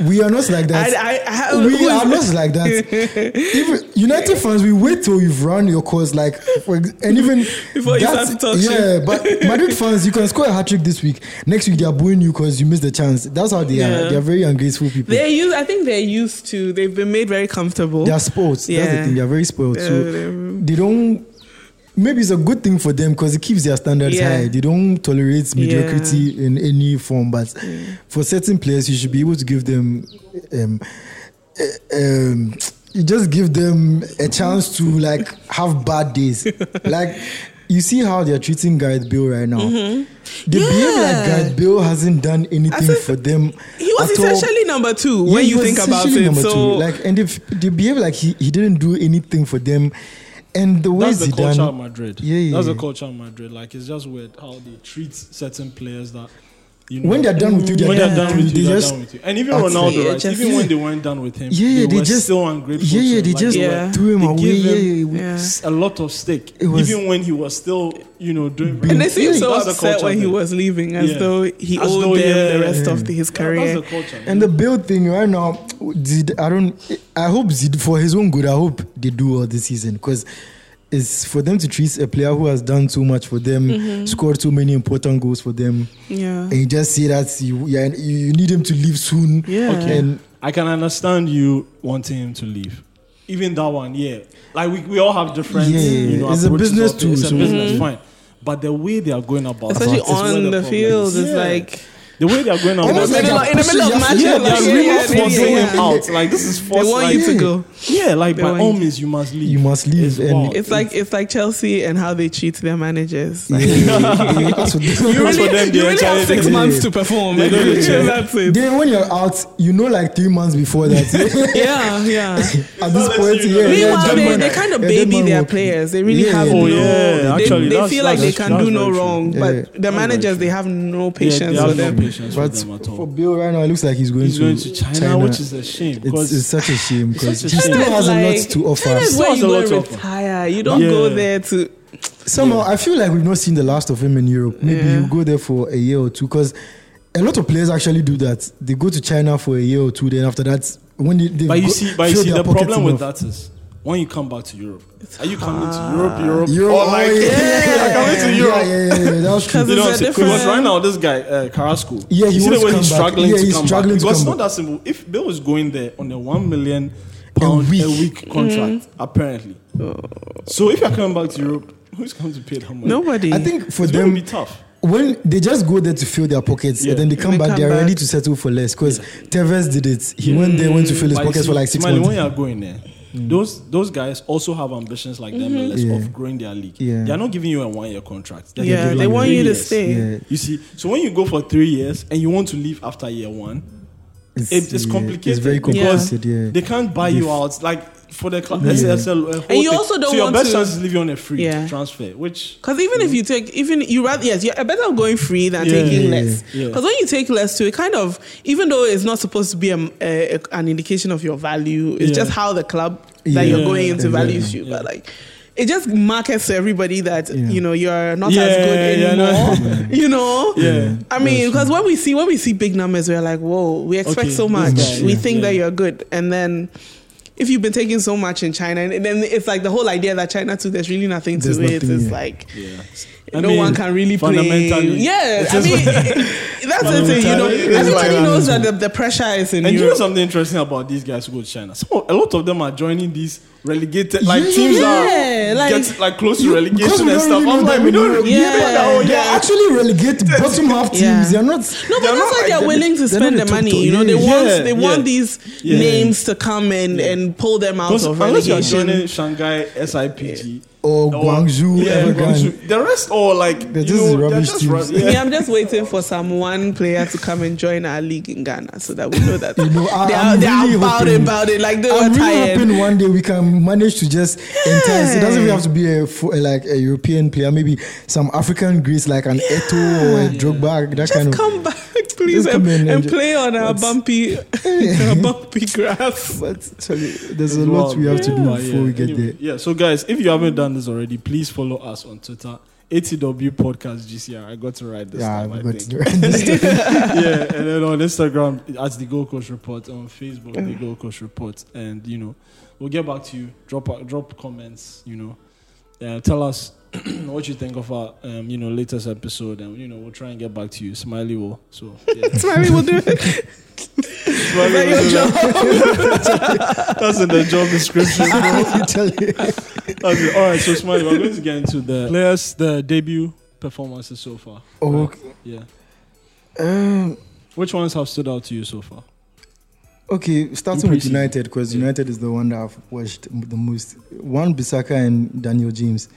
We are not like that. I- I- I- we who are is- not like that. (laughs) even United fans, we wait till you've run your course, like, for, ex- and even Before you that- start to talk shit. Yeah, (laughs) but Madrid fans, you can score a hat trick this week. Next week, they are booing you because you missed the chance. That's how they Yeah. are. They are very ungrateful people. They're used. I think they're used to. They've been made very comfortable. they are spoiled. That's the Yeah. thing. They are very spoiled. Yeah, so they're- they don't. Maybe it's a good thing for them because it keeps their standards Yeah. high. They don't tolerate mediocrity in any form. But for certain players, you should be able to give them, um, uh, um, you just give them a chance to like have bad (laughs) days. like you see how they are treating Gareth Bale right now. They behave like Mm-hmm. Yeah. Gareth Bale hasn't done anything think for them. He was at all. essentially number two Yeah, when he you was think about essentially it. number So two. like, and if they behave like he, he didn't do anything for them, and the way That's the culture of Zidane, Madrid. Yeah, yeah, That's the yeah. culture of Madrid. Like it's just weird how they treat certain players that you know when they're done with you, they're when done, they're done with you, they they're just done with you. And even That's it. Ronaldo, Yeah, right? just- even when they weren't done with him, Yeah, yeah, they, they were just- still ungrateful. yeah, to yeah, him. they Like, just Yeah. threw him They away. gave Yeah, him- yeah, yeah. Yeah. s- a lot of stake. It was- even when he was still, you know, doing. and they seemed Yeah, so that's the upset culture when he there. was leaving, as Yeah. though he As owed though, them yeah, the rest yeah. of the, his Yeah, career. That's the culture. And the Bale thing right now, Zid, I don't. I hope Zid for his own good. I hope they do well this season because it's for them to treat a player who has done so much for them, scored so many important goals for them, Mm-hmm. yeah. and you just say that you yeah, you you need him to leave soon. Yeah. Okay. And I can understand you wanting him to leave. Even that one, yeah. Like we, we all have different. Yeah, you know, it's a approaches business of it. It's a too, so- business, fine. But the way they are going about, Especially it is where on the, problem field, is. it's Yeah. like the way they are going about. it, Almost like they a are in the middle of matches, yeah, like, they are (laughs) yeah, really yeah, forcing yeah, him yeah. (laughs) out. Like this is forced. they want like, you to go. Yeah, like They by want all you- means, you must leave. You must leave It's and- wild. It's like it's like Chelsea and how they treat their managers. Like, yeah, that's what- you That's what really, them you do, really actually. have six They- months to perform. (laughs) and do, yeah. that's it. Then when you're out, you know, like three months (laughs) before that. (laughs) Yeah, yeah. At this Not point, necessarily, no. (laughs) yeah. yeah, Meanwhile, that they, man- they kind of yeah, that baby man their work- players. They really Yeah, have yeah. no. Oh, yeah, they, actually, they that's- feel like they that's- can that's do very no true. wrong, Yeah. but the That's very managers true. they have no yeah, patience they have with no them. patience But with them at for all. Bill right now, it looks like he's going, He's going to China, which is a shame it's, because it's such a shame It's such because a he shame. still China has is a lot like- to offer. China is Still where has you a go lot and to offer. retire. You don't Yeah. go there to. Somehow, I feel like we've not seen the last of him in Europe. Maybe Yeah. you go there for a year or two because a lot of players actually do that. They go to China for a year or two, then after that, when they, they've But you got- see, but you filled see, their the pockets problem with enough. Ah. that is when you come back to Europe, are you coming to Europe, Europe, Europe, or like oh, yeah, (laughs) yeah, coming to Europe? yeah, yeah, yeah, yeah, (laughs) that's true. Because You know, It's a because different- right now this guy uh, Carrasco, Yeah, he you see wants the way to he's come back. struggling Yeah, to he's come struggling back. to Because it's come not that simple. If Bill was going there on a one million pound a week, week. contract, Mm. apparently, Oh. so if you're coming back to Europe, who's going to pay that money? Nobody. I think for it's going them, to be tough. when they just go there to fill their pockets Yeah. and then they And come they back, come they're back. ready to settle for less because Tevez did it. He went there, went to fill his But you pockets see, for like six Smiley, months. Mm. when you are going there, those those guys also have ambitions like them Mm-hmm. MLS Yeah. of growing their league. Yeah. They are not giving you a one year contract. They're Yeah, giving they like want three you to years. stay. Yeah. You see, so when you go for three years and you want to leave after year one, It's, it, it's yeah, complicated. It's very because complicated. Yeah. They can't buy you out like for the club. Let's say that's a- a whole And you thing. also don't so your want best to- chance is leaving on a free Yeah. transfer, which Because even if you take, even you rather, yes, you're better off going free than Yeah, taking yeah, less. Because yeah, yeah. when you take less too, it kind of, even though it's not supposed to be a, a- an indication of your value, it's Yeah. just how the club that Yeah, you're going into exactly, values you. yeah. But like, it just markets to everybody that Yeah. you know you're not Yeah, as good yeah, no. (laughs) anymore. (laughs) you know. yeah. I mean, because when we see when we see big numbers, we're like, whoa, we expect Okay, so this much. guy, we yeah, think that yeah. you're good, and then if you've been taking so much in China, and then it's like the whole idea that China too, there's really nothing There's to it. nothing, It's yeah. like Yeah. no one can really play. fundamentally. Yeah, it's I just- mean, (laughs) that's the thing. You know, Fundamentally, it's everybody like- um, knows that the, the pressure is in And you know Europe. something interesting about these guys who go to China? Some, a lot of them are joining these relegated like Yeah, teams yeah, that like- get like close to Because relegation we and don't stuff. really I'm know like, them we in don't Europe. really Yeah. know that. Oh They yeah, are actually (laughs) relegate bottom half teams. Yeah. They're not. No, but they're not that's why they're identi- willing to they're spend not the top money. top. You know, they Yeah. want yeah. they want these Yeah. names to come and and pull them out Because of unless you're relegation. joining Shanghai SIPG Or Oh, Guangzhou, yeah, Evergrande. Guangzhou. the rest all like They're you just know, they're rubbish just teams. rubbish. (laughs) Me, I'm just waiting for some one player to come and join our league in Ghana so that we know that know, I- they are, I'm they are really about hoping- it, about it. Like they I'm were really tired. hoping one day we can manage to just entice. It doesn't even have to be a fo- like a European player. Maybe some African Greece, like an Eto or a Drogba, that kind of. come back, please, Just come and, in and, and ju- play on our That's- (laughs) bumpy, (laughs) our bumpy grass. But actually, there's a lot we have to do Yeah, before we get anyway, there. Yeah, so guys, if you haven't done this already, please follow us on Twitter ATW podcast GCR. I got to write this Yeah, time, I we got think. (laughs) to yeah, and then on Instagram at the Gold Coast Report, on Facebook the Gold Coast Report, and you know, we'll get back to you. Drop uh, drop comments, you know, uh, tell us (clears throat) what you think of our um, you know latest episode, and you know we'll try and get back to you. Smiley will so yeah. Smiley will do (laughs) it. (laughs) Smiley will do that. That's in the job description. (laughs) tell you. Okay, all right, so Smiley, we're going to get into the players, the debut performances so far. Oh, okay. Yeah, Um, which ones have stood out to you so far? Okay, starting with Impressive. United because Yeah. United is the one that I've watched m- the most. One Bissaka and Daniel James.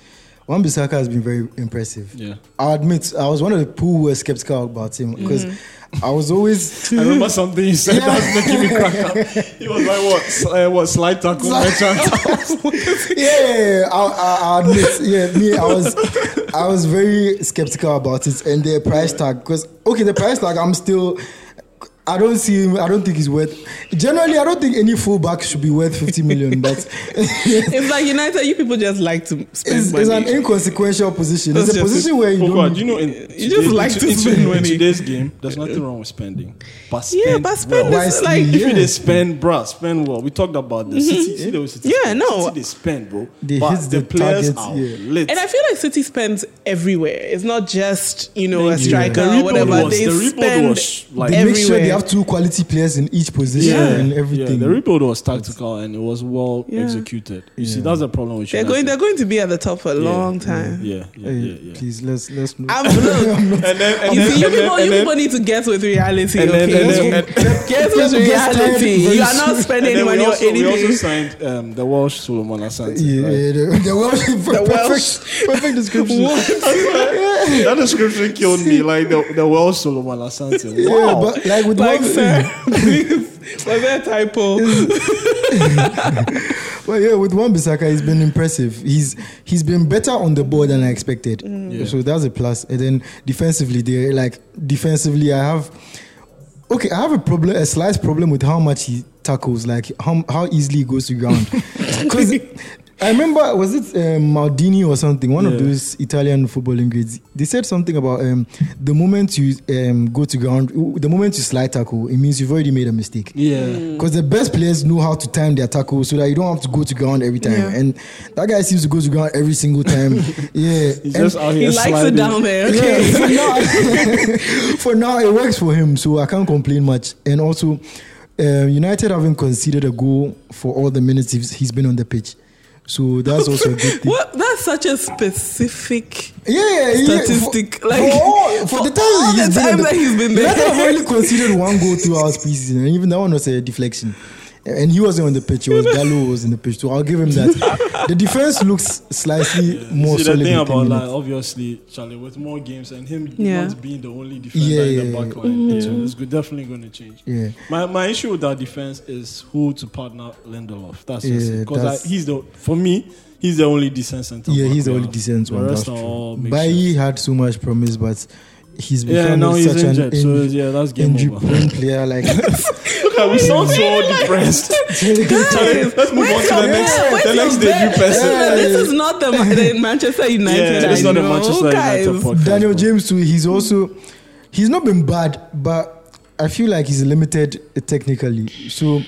One Bissaka has been very impressive. Yeah, I'll admit, I was one of the people who were skeptical about him because Mm-hmm. I (laughs) was always. (laughs) I remember something you said that was making me crack up. (laughs) He was like, "What? s- Uh, what slide tackle? merchant?" yeah, I, I, I admit, yeah, me, I was, I was very skeptical about it and the price tag because okay, the price tag, I'm still. I don't see him. I don't think he's worth. Generally, I don't think any fullback should be worth 50 million. (laughs) But It's like United, you people just like to spend it's, money. it's an inconsequential position. That's It's a just- position where you Oh don't. God, you know, in, You just like to in, spend in money. today's game, there's nothing wrong with spending, but spend yeah, but spend well. is Wisely, like If you Yeah. they spend, bruh, spend well. We talked about this. City, see, they were City Mm-hmm. Yeah, spend. no. City they spend, bro. They but hit the, the players targets, are yeah. lit. And I feel like City spends everywhere. It's not just you know a Thank you. The striker or rebuild whatever. was- they the rebuild spend was, like- they everywhere. make sure they have two quality players in each position Yeah. and everything. Yeah, the rebuild was tactical and it was well Yeah. executed. You see, that's the problem with they're United. going. They're going to be at the top for a Yeah, long yeah, time. Yeah, yeah, Hey, yeah. yeah. Please let's let's not. (laughs) I'm, look, And then, and you then, see, you and then, people, and you then- people need to get with reality. and then- okay, and then- and- get with People get tired reality. very You are not soon. spending and then any money we, or also, we also anything. signed um, the Welsh Solomon Asante. (laughs) (laughs) yeah, right? yeah, the, the Welsh, perfect, Welsh. perfect description. (laughs) That description killed me. Like the, the Welsh Solomon Asante. Yeah, Wow. but like with (laughs) Like, Welsh, sir, please. Was there (laughs) a typo? (laughs) well, yeah, with Wan Bissaka, he's been impressive. He's he's been better on the ball than I expected. Yeah. So that's a plus. And then defensively, they like defensively, I have okay, I have a problem, a slight problem with how much he tackles, like how how easily he goes to (laughs) ground. Because I remember, was it uh, Maldini or something? One Yeah. of those Italian footballing grades. They said something about um, the moment you um, go to ground, the moment you slide tackle, it means you've already made a mistake. yeah. Because the best players know how to time their tackle so that you don't have to go to ground every time. Yeah. And that guy seems to go to ground every single time. yeah. He's And- just out He here likes sliding. it down there. yeah, Okay. for now, (laughs) for now it works for him, so I can't complain much. And also, um, United haven't conceded a goal for all the minutes he's, he's been on the pitch, so that's also a (laughs) good thing. What? That's such a specific. Yeah, yeah, Statistic, for, like, for, (laughs) all, for for the all time, he's the been on time that he's been there. United have (laughs) only conceded one goal throughout preseason, and even that one was a deflection. And he wasn't on the pitch; it was Gallo who was in the pitch, so I'll give him (laughs) that. the defense looks slightly more See, the solid. thing with the about minutes. like obviously Charlie with more games and him Yeah. not being the only defender Yeah, in the yeah, back yeah. Mm-hmm. line, it's, it's go- definitely going to change. Yeah. My my issue with that defense is who to partner Lindelof. That's just Yeah, because that's- he's the for me he's the only decent centre. Yeah, back he's the we only have. decent The one. rest That's are all true. mixed Bailly had so much promise, but he's become Yeah, now he's such injured. an so injury, yeah, that's game injury over. prone player. (laughs) Like, (laughs) Look, at- we sound so depressed. Charlie, let's move on Where's to the your bet? next the next Where's your (laughs) bet? debut person. Yeah. This is not the, the Manchester (laughs) United. Yeah, it's I not a know, Manchester guys. United podcast. Daniel bro. James too. He's also he's not been bad, but I feel like he's limited technically. So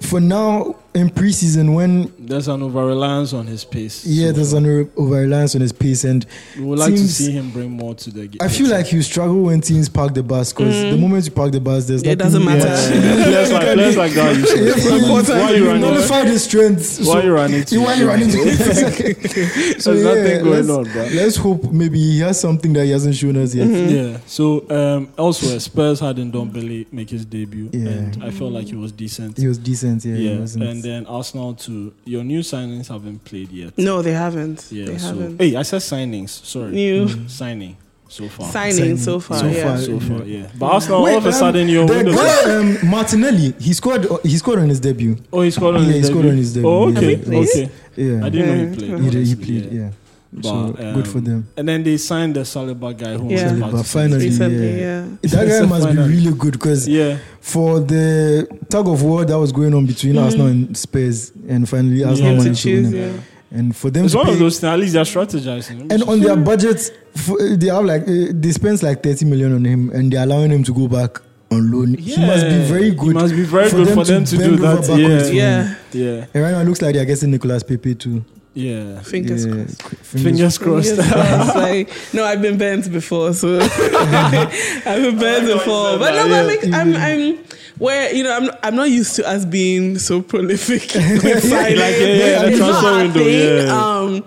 for now in preseason, when There's an over reliance on his pace. yeah, so there's an over reliance on his pace, and we would like to teams- see him bring more to the game. I feel like you struggle when teams park the bus because Mm. the moment you park the bus, there's It nothing doesn't much- matter. (laughs) players like players like that. You should- (laughs) Why are you you running? nullify the strength. Why you running? to- Why you (laughs) running? (laughs) so There's nothing going let's, on, bro. Mm-hmm. Let's hope maybe he has something that he hasn't shown us yet. Yeah. So um, elsewhere, Spurs had Ndombele make his debut, Yeah. and I felt like he was decent. He was decent, yeah. Yeah. He And wasn't. then Arsenal too. Your new signings haven't played yet. No, they haven't. Yeah. they so Mm. haven't. hey, I said signings. Sorry. New Signing so far. signing so far. So yeah. far. so far, yeah. But Yeah. Arsenal, all of a um, sudden, you're. the guy, um, Martinelli, he scored. He scored on his debut. Oh, he scored on Yeah, his he scored debut. on his debut, Oh, yeah. okay, He played? okay. Yeah, I didn't know he played. He, did- he honestly, played. Yeah, But, so good for um, (laughs) them. And then they signed the Saliba guy who Yeah. was Saliba, about to finally, Recently, yeah. yeah. That guy It's a must be final. really good because Yeah, for Mm-hmm. the tug of war that was going on between Arsenal and Spurs, and finally Him Arsenal to managed to win choose, it. yeah. And for them It's to one pay, of those things. At least they're strategizing. and on their budget, for, they have like uh, they spend like thirty million on him, and they're allowing him to go back on loan. He must be Yeah, very he good. must be very good for them to bend do over that, backwards yeah. for him. Yeah. yeah, And right now it looks like they're getting Nicolas Pepe too. yeah. Fingers Yeah, crossed. qu- fingers- Fingers crossed. Fingers crossed. like, no, I've been burnt before, so (laughs) I've been I burnt like how you before. said But no, that, but yeah. like, I'm, I'm where you know, I'm, I'm not used to us being (laughs) so prolific. with signing. Like, yeah, yeah, the It's not transfer our window, thing, yeah. Um,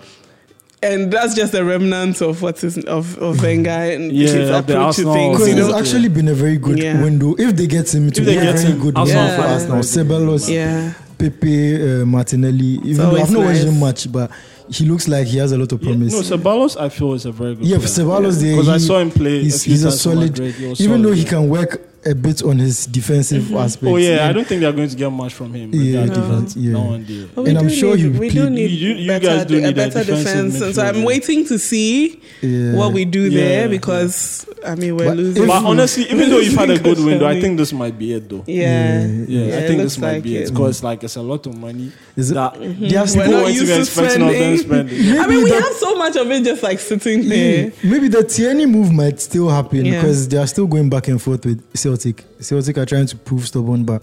and that's just a remnant of what is of of Wenger and Mm-hmm. Yeah, his the approach to Arsenal things. Because You thing. know, it's actually been a very good Yeah. window. If they get him, it If will they be a get very him, good Arsenal window for fans us now. will be Sebelos, mad. yeah. Pepe, uh, Martinelli. Even though always I've not watched nice. him much, but he looks like he has a lot of Yeah, promise. (laughs) No, Ceballos, I feel is a very good. Yeah, player. Ceballos, yeah, because I he- saw him play. he's, few he's a times for solid, Madrid, he was even solid, though he yeah. can work a bit on his defensive Mm-hmm. aspects. Oh yeah, I don't think they're going to get much from him. with that Yeah, no. defense. yeah. Now and then. But we And I'm do sure need- you we play- do need You- you better, guys do a need that better defensive defense, and so I'm midfielder. waiting to see Yeah. what we do Yeah, there yeah. because I mean we're But losing. if- But honestly, even though you've had a good Fingers window, I crossed. think this might be it though. yeah, Yeah, I it think looks this might like be it it. Mm-hmm. because like it's a lot of money Is it- that They are We're people weren't still- not used to even expecting of them spending. (laughs) spending. I mean, Maybe we that- have so much of it just like sitting there. Mm, Maybe the Tierney move might still happen Yeah. because they are still going back and forth with Celtic. Celtic are trying to prove stubborn, but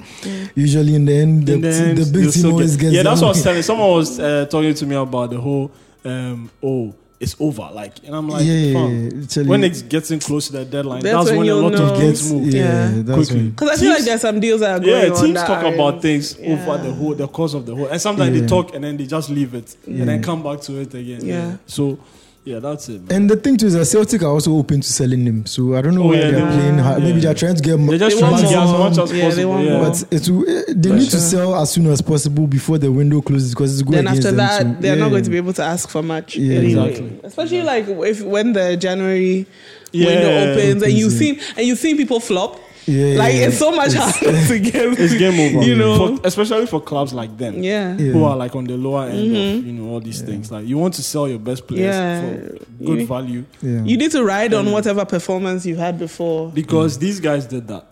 usually in the end, the, And then the they'll big team still always get- gets. Yeah, that's their what I was way. telling. Someone was uh, talking to me about the whole um, oh it's over like, and I'm like, Yeah, yeah, fam, yeah, actually- when it's getting close to the deadline, That's that's, when when, a you'll lot know. of Gets, games move. yeah, Yeah. that's Quickly. when. Because I feel like Teams- there's some deals that are going Yeah, on. teams that talk are- about things yeah. over the whole the course of the whole, and sometimes Yeah. they talk and then they just leave it and Yeah. then come back to it again. Yeah. So, yeah, that's it. Man. And the thing too is that Celtic are also open to selling him, so I don't know Oh, why yeah, they're they- playing hard. Maybe yeah. they're trying to get. They're just They trying want to get as more. much as Yeah, they possible. want yeah. more. But it will, eh, they need to sure. sell as soon as possible before the window closes because it's going Then against after them. that, so- they're yeah. not going to be able to ask for much Yeah, anyway. exactly. Especially like if when the January Yeah. window opens and Opens, you've yeah. seen and you've seen people flop. Yeah, like yeah, it's so much harder to get. it's (laughs) game over. You know. For- especially for clubs like them. yeah. Mm-hmm. Yeah. Who are like on the lower end of you know all these things? Like you want to sell your best players Yeah. for You- good value yeah. You need to ride on whatever performance you had before. because these guys did that.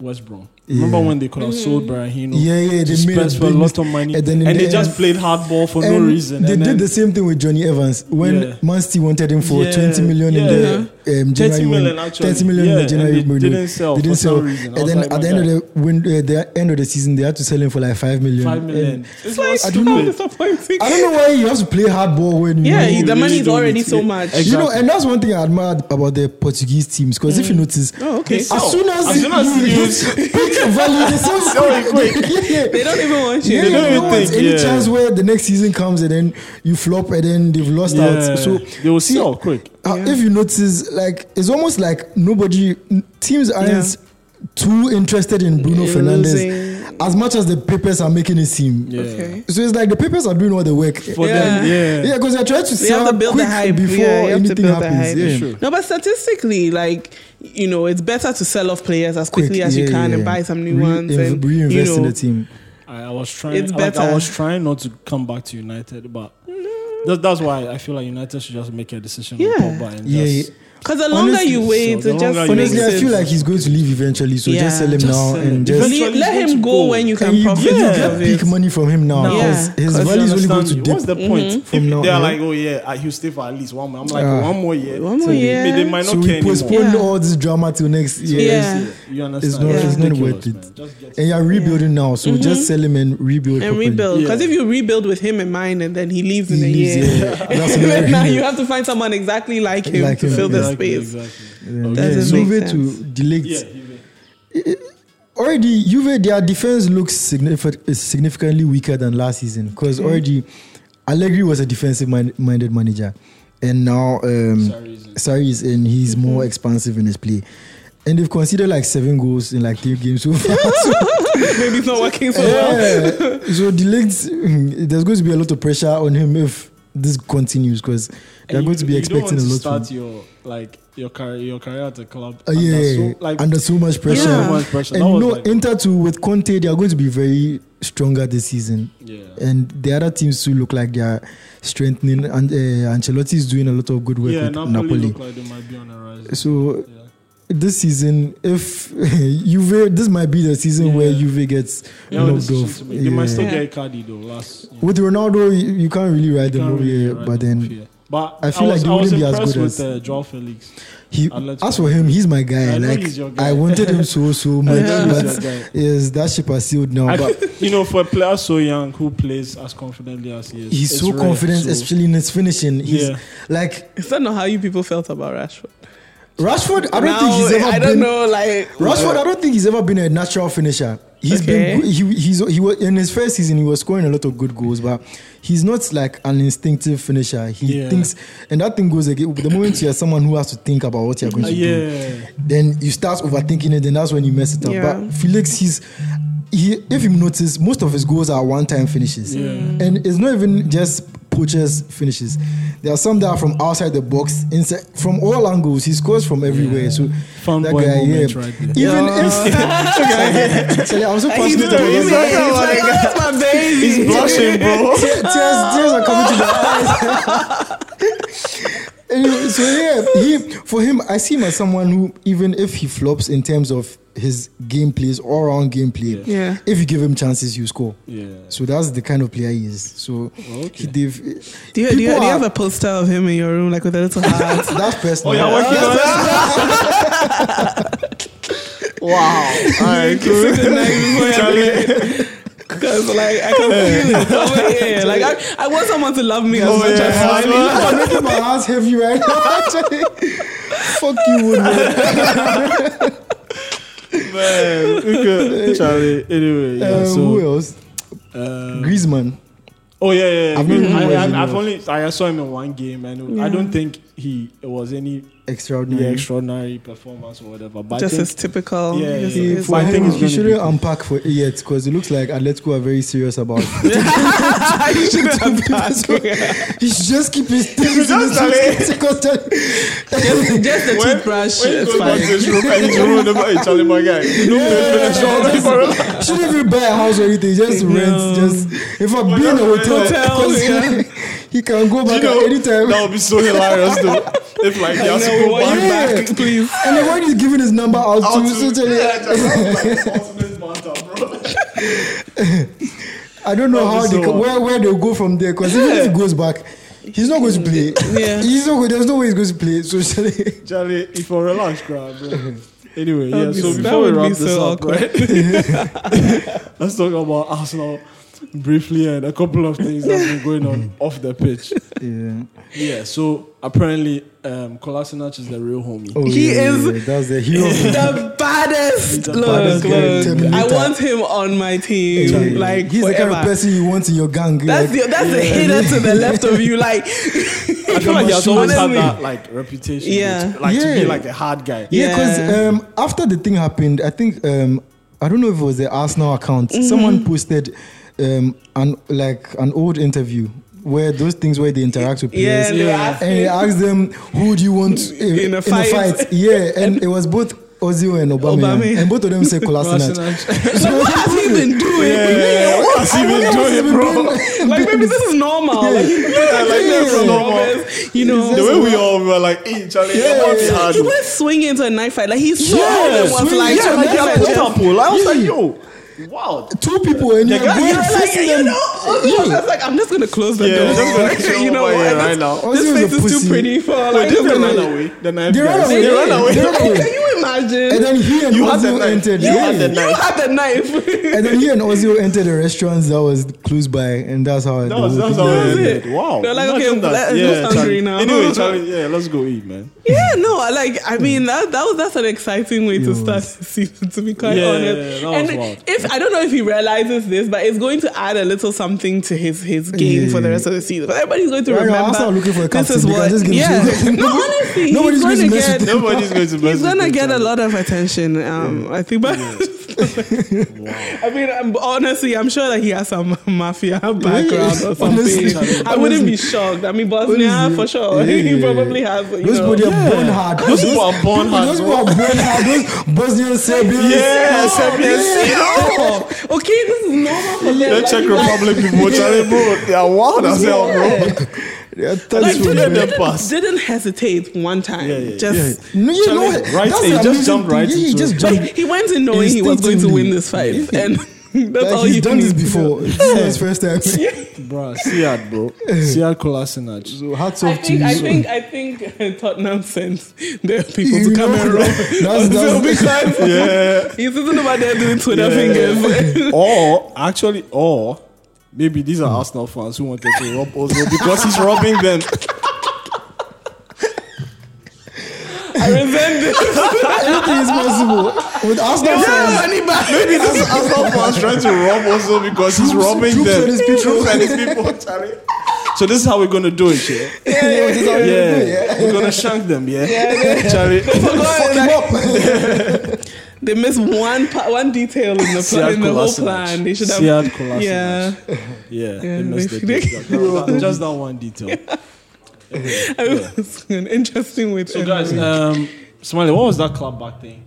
West Brom. Remember Yeah. when they could have sold Mm-hmm. Brahino? Yeah, yeah, they to made a Spurs for a big lot of mistake. money, And and, then in the they end- just played hardball for no And reason. They and did then the same thing with Johnny Evans when Yeah. Man City wanted him for Yeah, 20 million in the um, January. 30 million window- actually. 30 million in Yeah, the January and they window. didn't sell They didn't for some sell. reason. I And was then like, at my the end of the window, at the end of the season, they had to sell him for like 5 million. five million. And It's It's like not so stupid. disappointing. I don't know why you have to play hardball when you Yeah, know- you- the really money is don't already need to- so much. Exactly. You know, and that's one thing I admire about the Portuguese teams because if you notice, Oh, okay. as They sell. soon as, Mm. As soon as you you- (laughs) pick a (laughs) value, they sell it quick. Yeah, (laughs) yeah. They don't even want you. Yeah, They yeah, don't you even don't want think, any yeah. chance where the next season comes and then you flop and then they've lost Yeah, out. So they will sell quick. Uh, Yeah. If you notice, like it's almost like nobody n- teams aren't too interested in Bruno In Fernandez losing. as much as the papers are making it seem. Yeah. Okay. So it's like the papers are doing all the work. For them, yeah. yeah, because they're trying to You have sell to build the quick hype before Yeah, you have to anything build the happens. hype. Yeah. Sure. No, but statistically, like you know, it's better to sell off players as quickly Quick, as you yeah, can yeah, and yeah. buy some new Re- ones inv- and reinvest you know, in the team. I, I was trying. It's like, I better. was trying not to come back to United, but that, that's why I feel like United should just make a decision. Yeah. on Pogba and Yeah, just- yeah. Because the longer Honestly, you so wait, the it longer just you makes Honestly, I it- feel like he's going to leave eventually, so Yeah. just sell him Just now sell him. and just. Eventually Leave- he's let going him to go go. when you And can you, profit you Yeah. out get of big it. money from him now. No. Yeah. His- His Because you value is only going understand to me. dip. What's the Mm-hmm. point? from now If they are on? like, oh yeah, I- he'll stay for at least one more. I'm like, Ah. one more year. One more So year. They, they might not so care we anymore. postponed Yeah. all this drama till next year. Yeah. You understand? not- it's not ridiculous, worth it. man. Just get And you're rebuilding now, so just sell him and rebuild. Mm-hmm. and properly. rebuild. Because Yeah. if you rebuild with him in mind and then he leaves in He a leaves, year, yeah. That's (laughs) then another now rebuild. you have to find someone exactly like him Like to him, fill the Exactly, space. Exactly. Yeah, Doesn't yeah. make Juve to sense. delete. Yeah. he- Already, Juve, their defense looks signifi- is significantly weaker than last season because Mm-hmm. already Allegri was a defensive min- minded manager, and now um, Sarri is in. Mm-hmm. Sarri is in. He's more expansive in his play. And they've conceded like seven goals in like three games (laughs) so far. (laughs) Maybe it's not working so well. Yeah. so Delict, mm, there's going to be a lot of pressure on him if this continues because they're And going to be you expecting don't want a to lot. start From, your like your career your career at the club. uh, yeah, under yeah, so, yeah. like under so much pressure. Yeah. so much pressure. And that you was know, like, Inter too with Conte, they are going to be very stronger this season. yeah. And the other teams too look like they are strengthening. And uh, Ancelotti is doing a lot of good work yeah, with Napoli, Napoli. look like they might be on the rise. So Yeah. this season, if (laughs) Juve, this might be the season where Yeah. Juve gets Yeah, well, knocked decisions off. to make. They might still Yeah. get Cardi though. Last. With Ronaldo, you, you can't really ride them over really here, ride but them then up here. But I feel like was, they I was wouldn't be as impressed good with as- uh, Joao Felix. he. Atletico. As for him, he's my guy. I know like he's your guy. I wanted him (laughs) so so much, know he's your guy. but yes, that ship has sailed now. I- (laughs) But you know, for a player so young who plays as confidently as he is, he's it's so rare, confident, so- especially in his finishing. He's Yeah. like Is that not how you people felt about Rashford? Rashford. I don't Now, think he's ever I been. don't know, like Rashford, I don't think he's ever been a natural finisher. He's Okay. been good- he he's he was in his first season he was scoring a lot of good goals, but he's not like an instinctive finisher. He Yeah. thinks, and that thing goes again. The moment you are someone who has to think about what you're going Uh, to do, yeah, then you start overthinking it, and that's when you mess it up. Yeah. But Felix, he's he, if you notice, most of his goals are one-time finishes, Yeah. and it's not even just poachers finishes. There are some that are from outside the box, inside, from all angles. He scores from everywhere. So Fun that boy guy, moment yeah. right there. Even Yeah. (laughs) if Actually, I'm so He's passionate doing- he's about like, that. oh, that's my baby. He's blushing, (laughs) bro. Tears, tears are coming to the eyes. (laughs) Anyway, so yeah, he for him, I see him as someone who, even if he flops in terms of his gameplays, all round gameplay, Yeah. Yeah. if you give him chances, you score. Yeah. So that's the kind of player he is. So Okay. he, they've- Do you, do, you, people do you have are- a poster of him in your room, like with a little heart? (laughs) that's personal. Oh, yeah, working on that. (laughs) All right, cool. Because like I can feel it over here. Like I, I want someone to love me Oh, as much Oh, yeah, as I mean, you possible. are making my hands heavy right now. actually. (laughs) Fuck you, Woodward. Man, okay, (laughs) Charlie. Anyway, yeah. Um, who so, else? um, Griezmann. oh yeah, yeah. yeah. I've not really I, watched him, I, I've though. only I saw him in one game, and I don't think he it was any Extraordinary. yeah, extraordinary performance or whatever. But Just I as think, typical. Yeah, Just- yeah. See, just- for I him, think (laughs) it's he gonna be shouldn't good. unpack for E it yet because it looks like Atletico are very serious about. You should have passed. he should just keep his things in his just like- (laughs) suitcase because- Just just the toothbrush. when you It's go back to fine. his room and he's ruined about it, Charlie, my (laughs) guy. You know, finish all this. (laughs) Shouldn't even buy a house or anything. Just No. rent. Just if I'm being a that's hotel, (laughs) right. because Hotel, yeah. he can go You back know, at any time. That would be so hilarious, though. If like he has to No, we go want back. you back. back, please. And then when he's giving his number out, out to, to- so tell you, Yeah, just like ultimate banter, bro. (laughs) I don't know That'll how be they so co- where where they'll go from there. Because even if he goes back, he's not going to play. (laughs) Yeah. He's not. go- There's no way he's going to play. So Charlie- Charlie, if I relax, grab, (laughs) bro. Anyway, yeah, would be- so that before we would be wrap this so up, right? (laughs) let's talk about Arsenal briefly and a couple of things that's been going (laughs) on off the pitch. yeah. Yeah, so apparently, um, Kolasinac is the real homie. Oh, yeah, He yeah, is- yeah. That's the hero. of the The baddest. The Look, baddest guy in look. I Terminator. want him on my team. Yeah, yeah. (laughs) Like he's the kind of forever. person you want in your gang. That's like, the that's the hitter to the left of you. Like I (laughs) I feel like he has always had that Honestly. like reputation, Yeah. to- like to be Yeah. like a hard guy. yeah, because Yeah. um, after the thing happened, I think um, I don't know if it was the Arsenal account. Mm-hmm. Someone posted um, an like an old interview where those things where they interact with Yeah, players. they were Yeah. asking- and he asked them, "Who do you want in, (laughs) In a in a, fight." fight. Yeah, and it was both Ozil and Obama, Aubameyang. and both of them (laughs) said (laughs) Kolasinac. Kolasinac. Like, what has he been doing? yeah, what has he been doing, bro? Like maybe this is normal. Like, you know, Yeah, like that's like, normal. You know, The way we all were like, hey, Charlie, Yeah, what's yeah, hard? he went swinging into a knife fight. Like he's so Yeah, old and was swing- like, yeah, like yeah, yeah, like, put up, oh, I was like, Yeah. yo, wow. Two people and you're guy- going yeah, like, facing you them. know, I was like, I'm just gonna (laughs) close the Yeah, door. just gonna chill (laughs) you know over what? here right (laughs) This- now. Ozil's a This face is pussy. too pretty for like. Wait, did they I'm run (laughs) gonna- away? The knife They ran guys. away. They ran away. They ran away. Can you imagine? And then he and You had the Ozil knife. entered. You had yeah. the you had the knife. And then he and Ozil entered the restaurants that was close by, and that's how That was, the whole that was thing how it ended. it. ended. Wow. They're like, Imagine okay, that. let- I'm just hungry Charlie. now. (laughs) Anyway, Charlie, yeah, let's go eat, man. yeah, no, like I mean that that was that's an exciting way to start the season to be quite Yeah, honest. that was and wild. if I don't know if he realizes this, but it's going to add a little something to his his game Yeah. for the rest of the season. But everybody's going to Right now, remember. Arsenal are looking for a this captain. is They can what. just give yeah. him (laughs) some- (laughs) no, honestly, Nobody's he's going going to to mess get. with Nobody's going to mess with He's gonna him, get a Charlie. lot of (laughs) attention, um, I think. But (laughs) I mean, I'm, honestly, I'm sure that he has some (laughs) mafia background or (laughs) something. Honestly, I wouldn't be shocked. I mean, Bosnia Honestly, for sure. yeah, (laughs) he yeah, probably yeah. has. You Those know. people they are born hard. Those people are born hard, Those bro. people are born hard. Those Bosnian Serbians. Yeah, Serbians. Oh, (laughs) okay, this is normal for them. The Like, Czech you guys- Republic people, Charlie, bro, they are wild as hell, bro. Yeah, Like, thanks for didn't, that. pass. didn't hesitate one time. Yeah, yeah, Just No, you know Charlie, what? right, That's he just amazing jumped thing. right Yeah, he into just it. (laughs) jumped. Like, he went in knowing he was going to win Instinctively. this fight, and (laughs) that's Like, all he's you done this need. before. This is not his (laughs) first time. Bruh, Siad, bro. Siad Kolasinac. So hats I (laughs) off to think, you. I think (laughs) I think Tottenham sends their people You to come know, and rob. that's- They'll be that's- (laughs) (laughs) like, Yeah. (laughs) He's sitting over there doing Twitter fingers. (laughs) or, actually, or maybe these are Arsenal fans who wanted to rob Oslo because he's robbing them. I resent this. Anything is possible with Arsenal fans. Maybe this is Arsenal fans trying to rob Oslo because he's Troops- robbing troops them. and his people. Troops and his people, Charlie. So this is how we're going to do it, yeah? Yeah, this is how we Yeah. do it, yeah. We're gonna shank them, yeah? Charlie. Fuck Fuck him up. They missed one pa- one detail in the, pl- Siad in the whole Kolasinac. plan. They should have. Siad Kolasinac. yeah, Yeah, Yeah, they missed they- the detail. That- that- Just that one detail. it was (laughs) an interesting way. To So end guys, it. um Smiley, what was that clap back thing?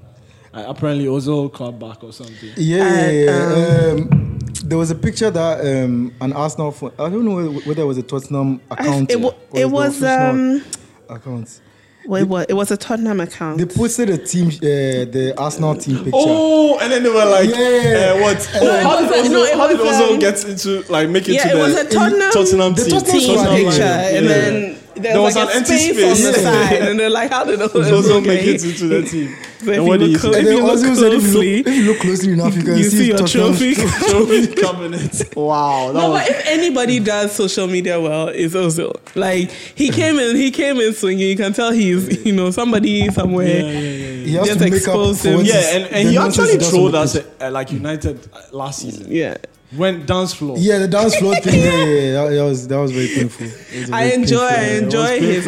I apparently also clap back or something. Yeah, yeah, yeah. Um, there was a picture that um, an Arsenal fan, I don't know whether it was a Tottenham account. it, wa- or it the was official um, account. wait, what? It was a Tottenham account. They posted a team, uh, the Arsenal team picture. Oh, and then they were like, Yeah. uh, "What? Oh, it how was did a- Ozil, no, it how did was, Ozil um, get into like make it yeah, to it the was a Tottenham- Tottenham the team, Tottenham team Tottenham picture, line. and Yeah. then there There was was, like an a empty space, space. on the Yeah. (laughs) side, and they're like, "How did those Ozil make it into (laughs) the team?" So if and you what do you look and see? close- then if you look also said if you, closely, look, if you look closely enough, (laughs) you can You see your Tottenham's- trophy. (laughs) Trophy cabinet. Wow, that No, was but if anybody does social media well, it's Ozil. Like he came in, he came in swinging. You can tell he's, you know, somebody somewhere. yeah, yeah, yeah. He has Just to make up expose for him. what This Yeah, is- and, the and he nonsense actually does on trolled the us pitch. at, at, like United uh, last season. Yeah. Went dance floor. Yeah, the (laughs) dance floor thing. Yeah, yeah, yeah. That, that was that was very painful. It was I very enjoy, I painful. enjoy his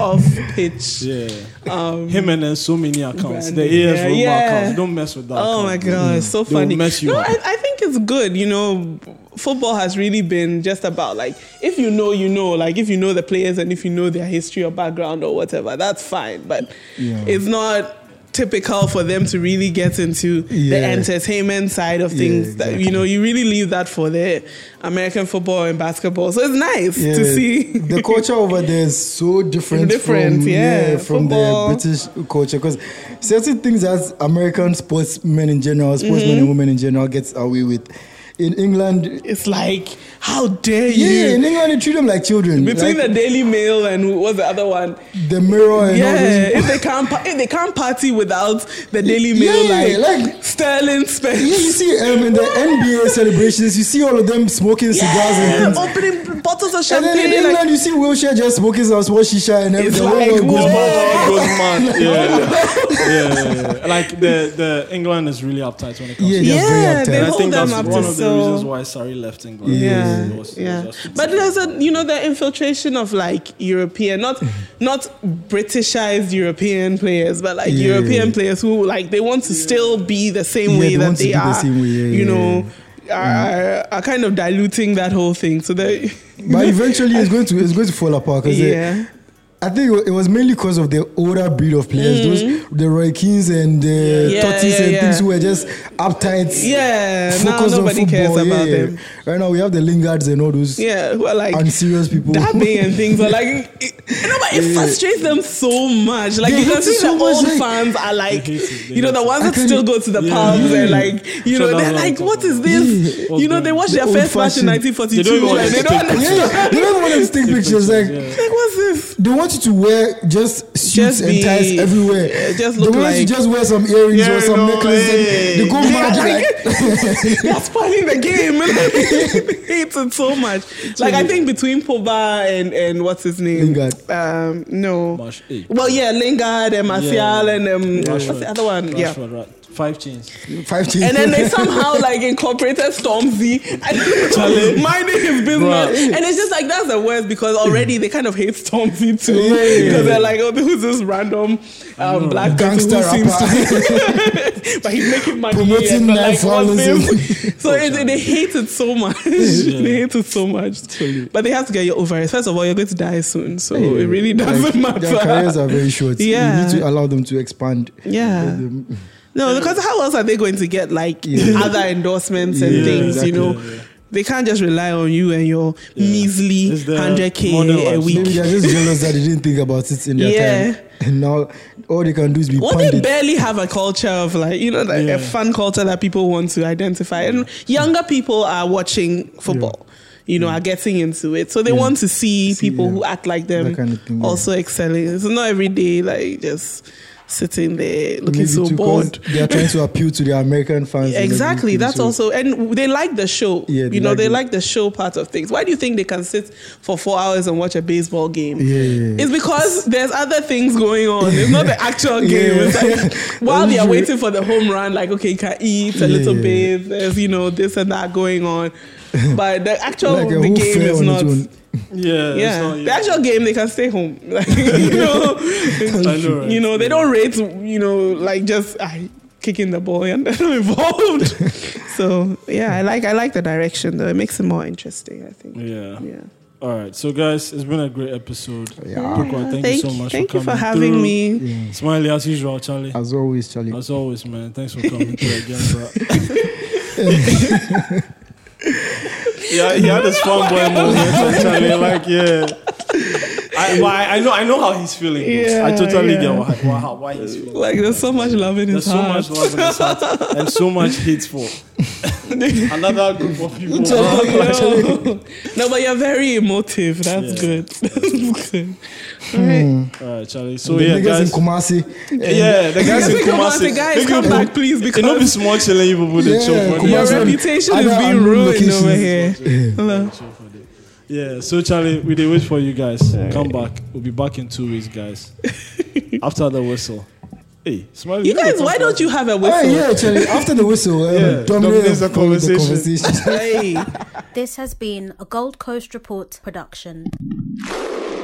(laughs) off pitch. Yeah. Um, Him and then so many accounts. Brandon, The AS yeah, Roma yeah. accounts. Don't mess with that. Oh my account. god, so They will funny. mess you no, up. I, I think it's good. You know, football has really been just about like if you know, you know. Like if you know the players and if you know their history or background or whatever, that's fine. But Yeah. it's not typical for them to really get into the Yeah. entertainment side of Yeah, things. That you exactly. know, you really leave that for the American football and basketball. So it's nice to Yeah, see. (laughs) the culture over there is so different, Different, from, yeah, from football. the British culture because certain things as American sportsmen in general, sportsmen and women in general, gets away with. In England, Mm-hmm. it's like, how dare you? yeah, in England they treat them like children. Between like the Daily Mail and what's the other one? the, mirror and all Yeah, those. if they can't pa- if they can't party without the Daily Mail, Yeah, like, like- Sterling (laughs) Spence, Yeah, you see um, in the NBA celebrations, you see all of them smoking cigars (laughs) Yeah, and things. opening bottles of And then in champagne, England, like, you see wheelchair just smoking some small shisha and It's everything. like, Everyone (laughs) goes whoa. mad. Oh, it goes mad. Yeah. yeah, yeah, (laughs) yeah. Like the, the England is really uptight when it comes Yeah, to yeah. they're very yeah, uptight. they And I hold think them that's up one to of the so. reasons why Sari left England. yeah, It was- it was yeah. just- But there's a you know the infiltration of like European, not Mm-hmm. not Britishized European players, but like Yeah. European players who like they want to still be the same Yeah, way they that want to they be the are. same way, yeah, you yeah, Mm. know, are, are kind of diluting that whole thing. So they, But eventually, (laughs) it's going to it's going to fall apart because yeah. I think it was mainly because of the older breed of players, those the Roy Kings and the Mm. Yeah, Totties yeah, and yeah. things who were just uptight. Yeah, now focused on nobody cares football, about yeah. them. Right now, we have the Lingards and all those Yeah, who are like unserious people. dabbing and things are like, it, you know, but it frustrates them so much. Like They you can hate see it so the much, old like- fans are like, They hate it, they you know, the hate ones I that can't- still go to the Yeah. pubs and Yeah. like, you Sure, that's know, they're what I'm like, talking what is about. this? What's You know, going they on? watched their The first old match fashioned- in They 1942. don't even want like, us they to don't. take (laughs) yeah, yeah. they don't want them to take pictures. Like yeah. (laughs) Like, what's this? they want you to wear just suits Just and be- ties everywhere. yeah, just they look want you like- to just wear some earrings Yeah, or some no, necklace. hey. And (laughs) they go They mad. are Like, like- (laughs) they are spoiling the game. (laughs) Like, hates it so much. Like I think between Pogba and and what's his name? Lingard. Um, no. Marsh- eh. Well, yeah, Lingard and Martial and um, what's Rashford, the other one? Yeah. Rashford, right. Five chains. five chains. And then they somehow like incorporated Stormzy (laughs) (laughs) Charlie. and (laughs) minding his business. Bruh. And it's just like that's the worst because already they kind of hate Stormzy too. Yeah, yeah, Because yeah. they're like, oh, who's this random um, (laughs) black Gangster person (laughs) who rapper. seems to but he's making money. Promoting and they're knife like, what's (laughs) violence. this? So it, they hate it so much. (laughs) they hate it so much. But they have to get you over it. First of all, you're going to die soon. So it really doesn't Like, matter. Their careers are very short. Yeah. You need to allow them to expand. Yeah. Um, No, because how else are they going to get like Yeah. (laughs) other endorsements and Yeah, things, exactly. you know? Yeah, yeah. They can't just rely on you and your Yeah. measly It's the 100k modern a life. week. Maybe they're just jealous that they didn't think about it in their Yeah. time. And now all they can do is be Well, they pundit. barely have a culture of like you know like Yeah. a fun culture that people want to identify, and younger people are watching football. You know, are getting into it, so they Yeah. want to see, See, people yeah. who act like them That kind of thing, yeah. also excelling. It's not every day like just sitting there looking Maybe so too, 'cause bored. They are trying to appeal to their American fans. and Exactly. everything, That's so- also, and they like the show. Yeah, they you know, like they it. like the show part of things. Why do you think they can sit for four hours and watch a baseball game? Yeah, yeah, yeah. It's because there's other things going on. It's not the (laughs) actual Yeah. game. It's like while That's they are true. waiting for the home run, like okay, you can eat Yeah, a little yeah, yeah. bit. There's you know this and that going (laughs) on, but the actual Like a the whole game fair is on not. its own. Yeah, Yeah, it's not- the actual game they can stay home. (laughs) (laughs) I Like, you know, know, right? you know they don't rate you know like just ah, kicking the ball (laughs) and they're not involved (laughs) so yeah i like i like the direction though it makes it more interesting i think Yeah. yeah All right. So, guys, it's been a great episode. Yeah. Bukwa, thank, you so much thank for you for coming having through. me Yeah. Smiley, as usual, Charlie. As always, Charlie. As always, man. Thanks for coming through again, (laughs) bro. yeah, he had his fanboy (laughs) moment, Charlie. Like, yeah. I, but I, I know, I know how he's feeling. though. Yeah, I totally yeah. get why, why, why he's feeling. like there's so much love in There's his so heart much (laughs) love in his heart and so much hate for another group of people. So, you know. no but you're very emotive that's Yeah. Hmm. good (laughs) that's good all right All right, Charlie. So the yeah, niggas guys. in Kumasi. yeah, the guys in Kumasi. guys Nigga, come back please It not be because small chilling you people they Yeah, chill for your Kumasi and reputation is other being unknown ruined locations. over here Hello. there. Yeah, so Charlie, we did wait for you guys. Come back. We'll be back in two weeks, guys. After the whistle. Hey, smiley. you guys why don't you have a whistle Ah, yeah, Charlie. After the whistle, um, Yeah, dominate dominates the the conversation. conversation. Hey. This has been a Gold Coast Report production.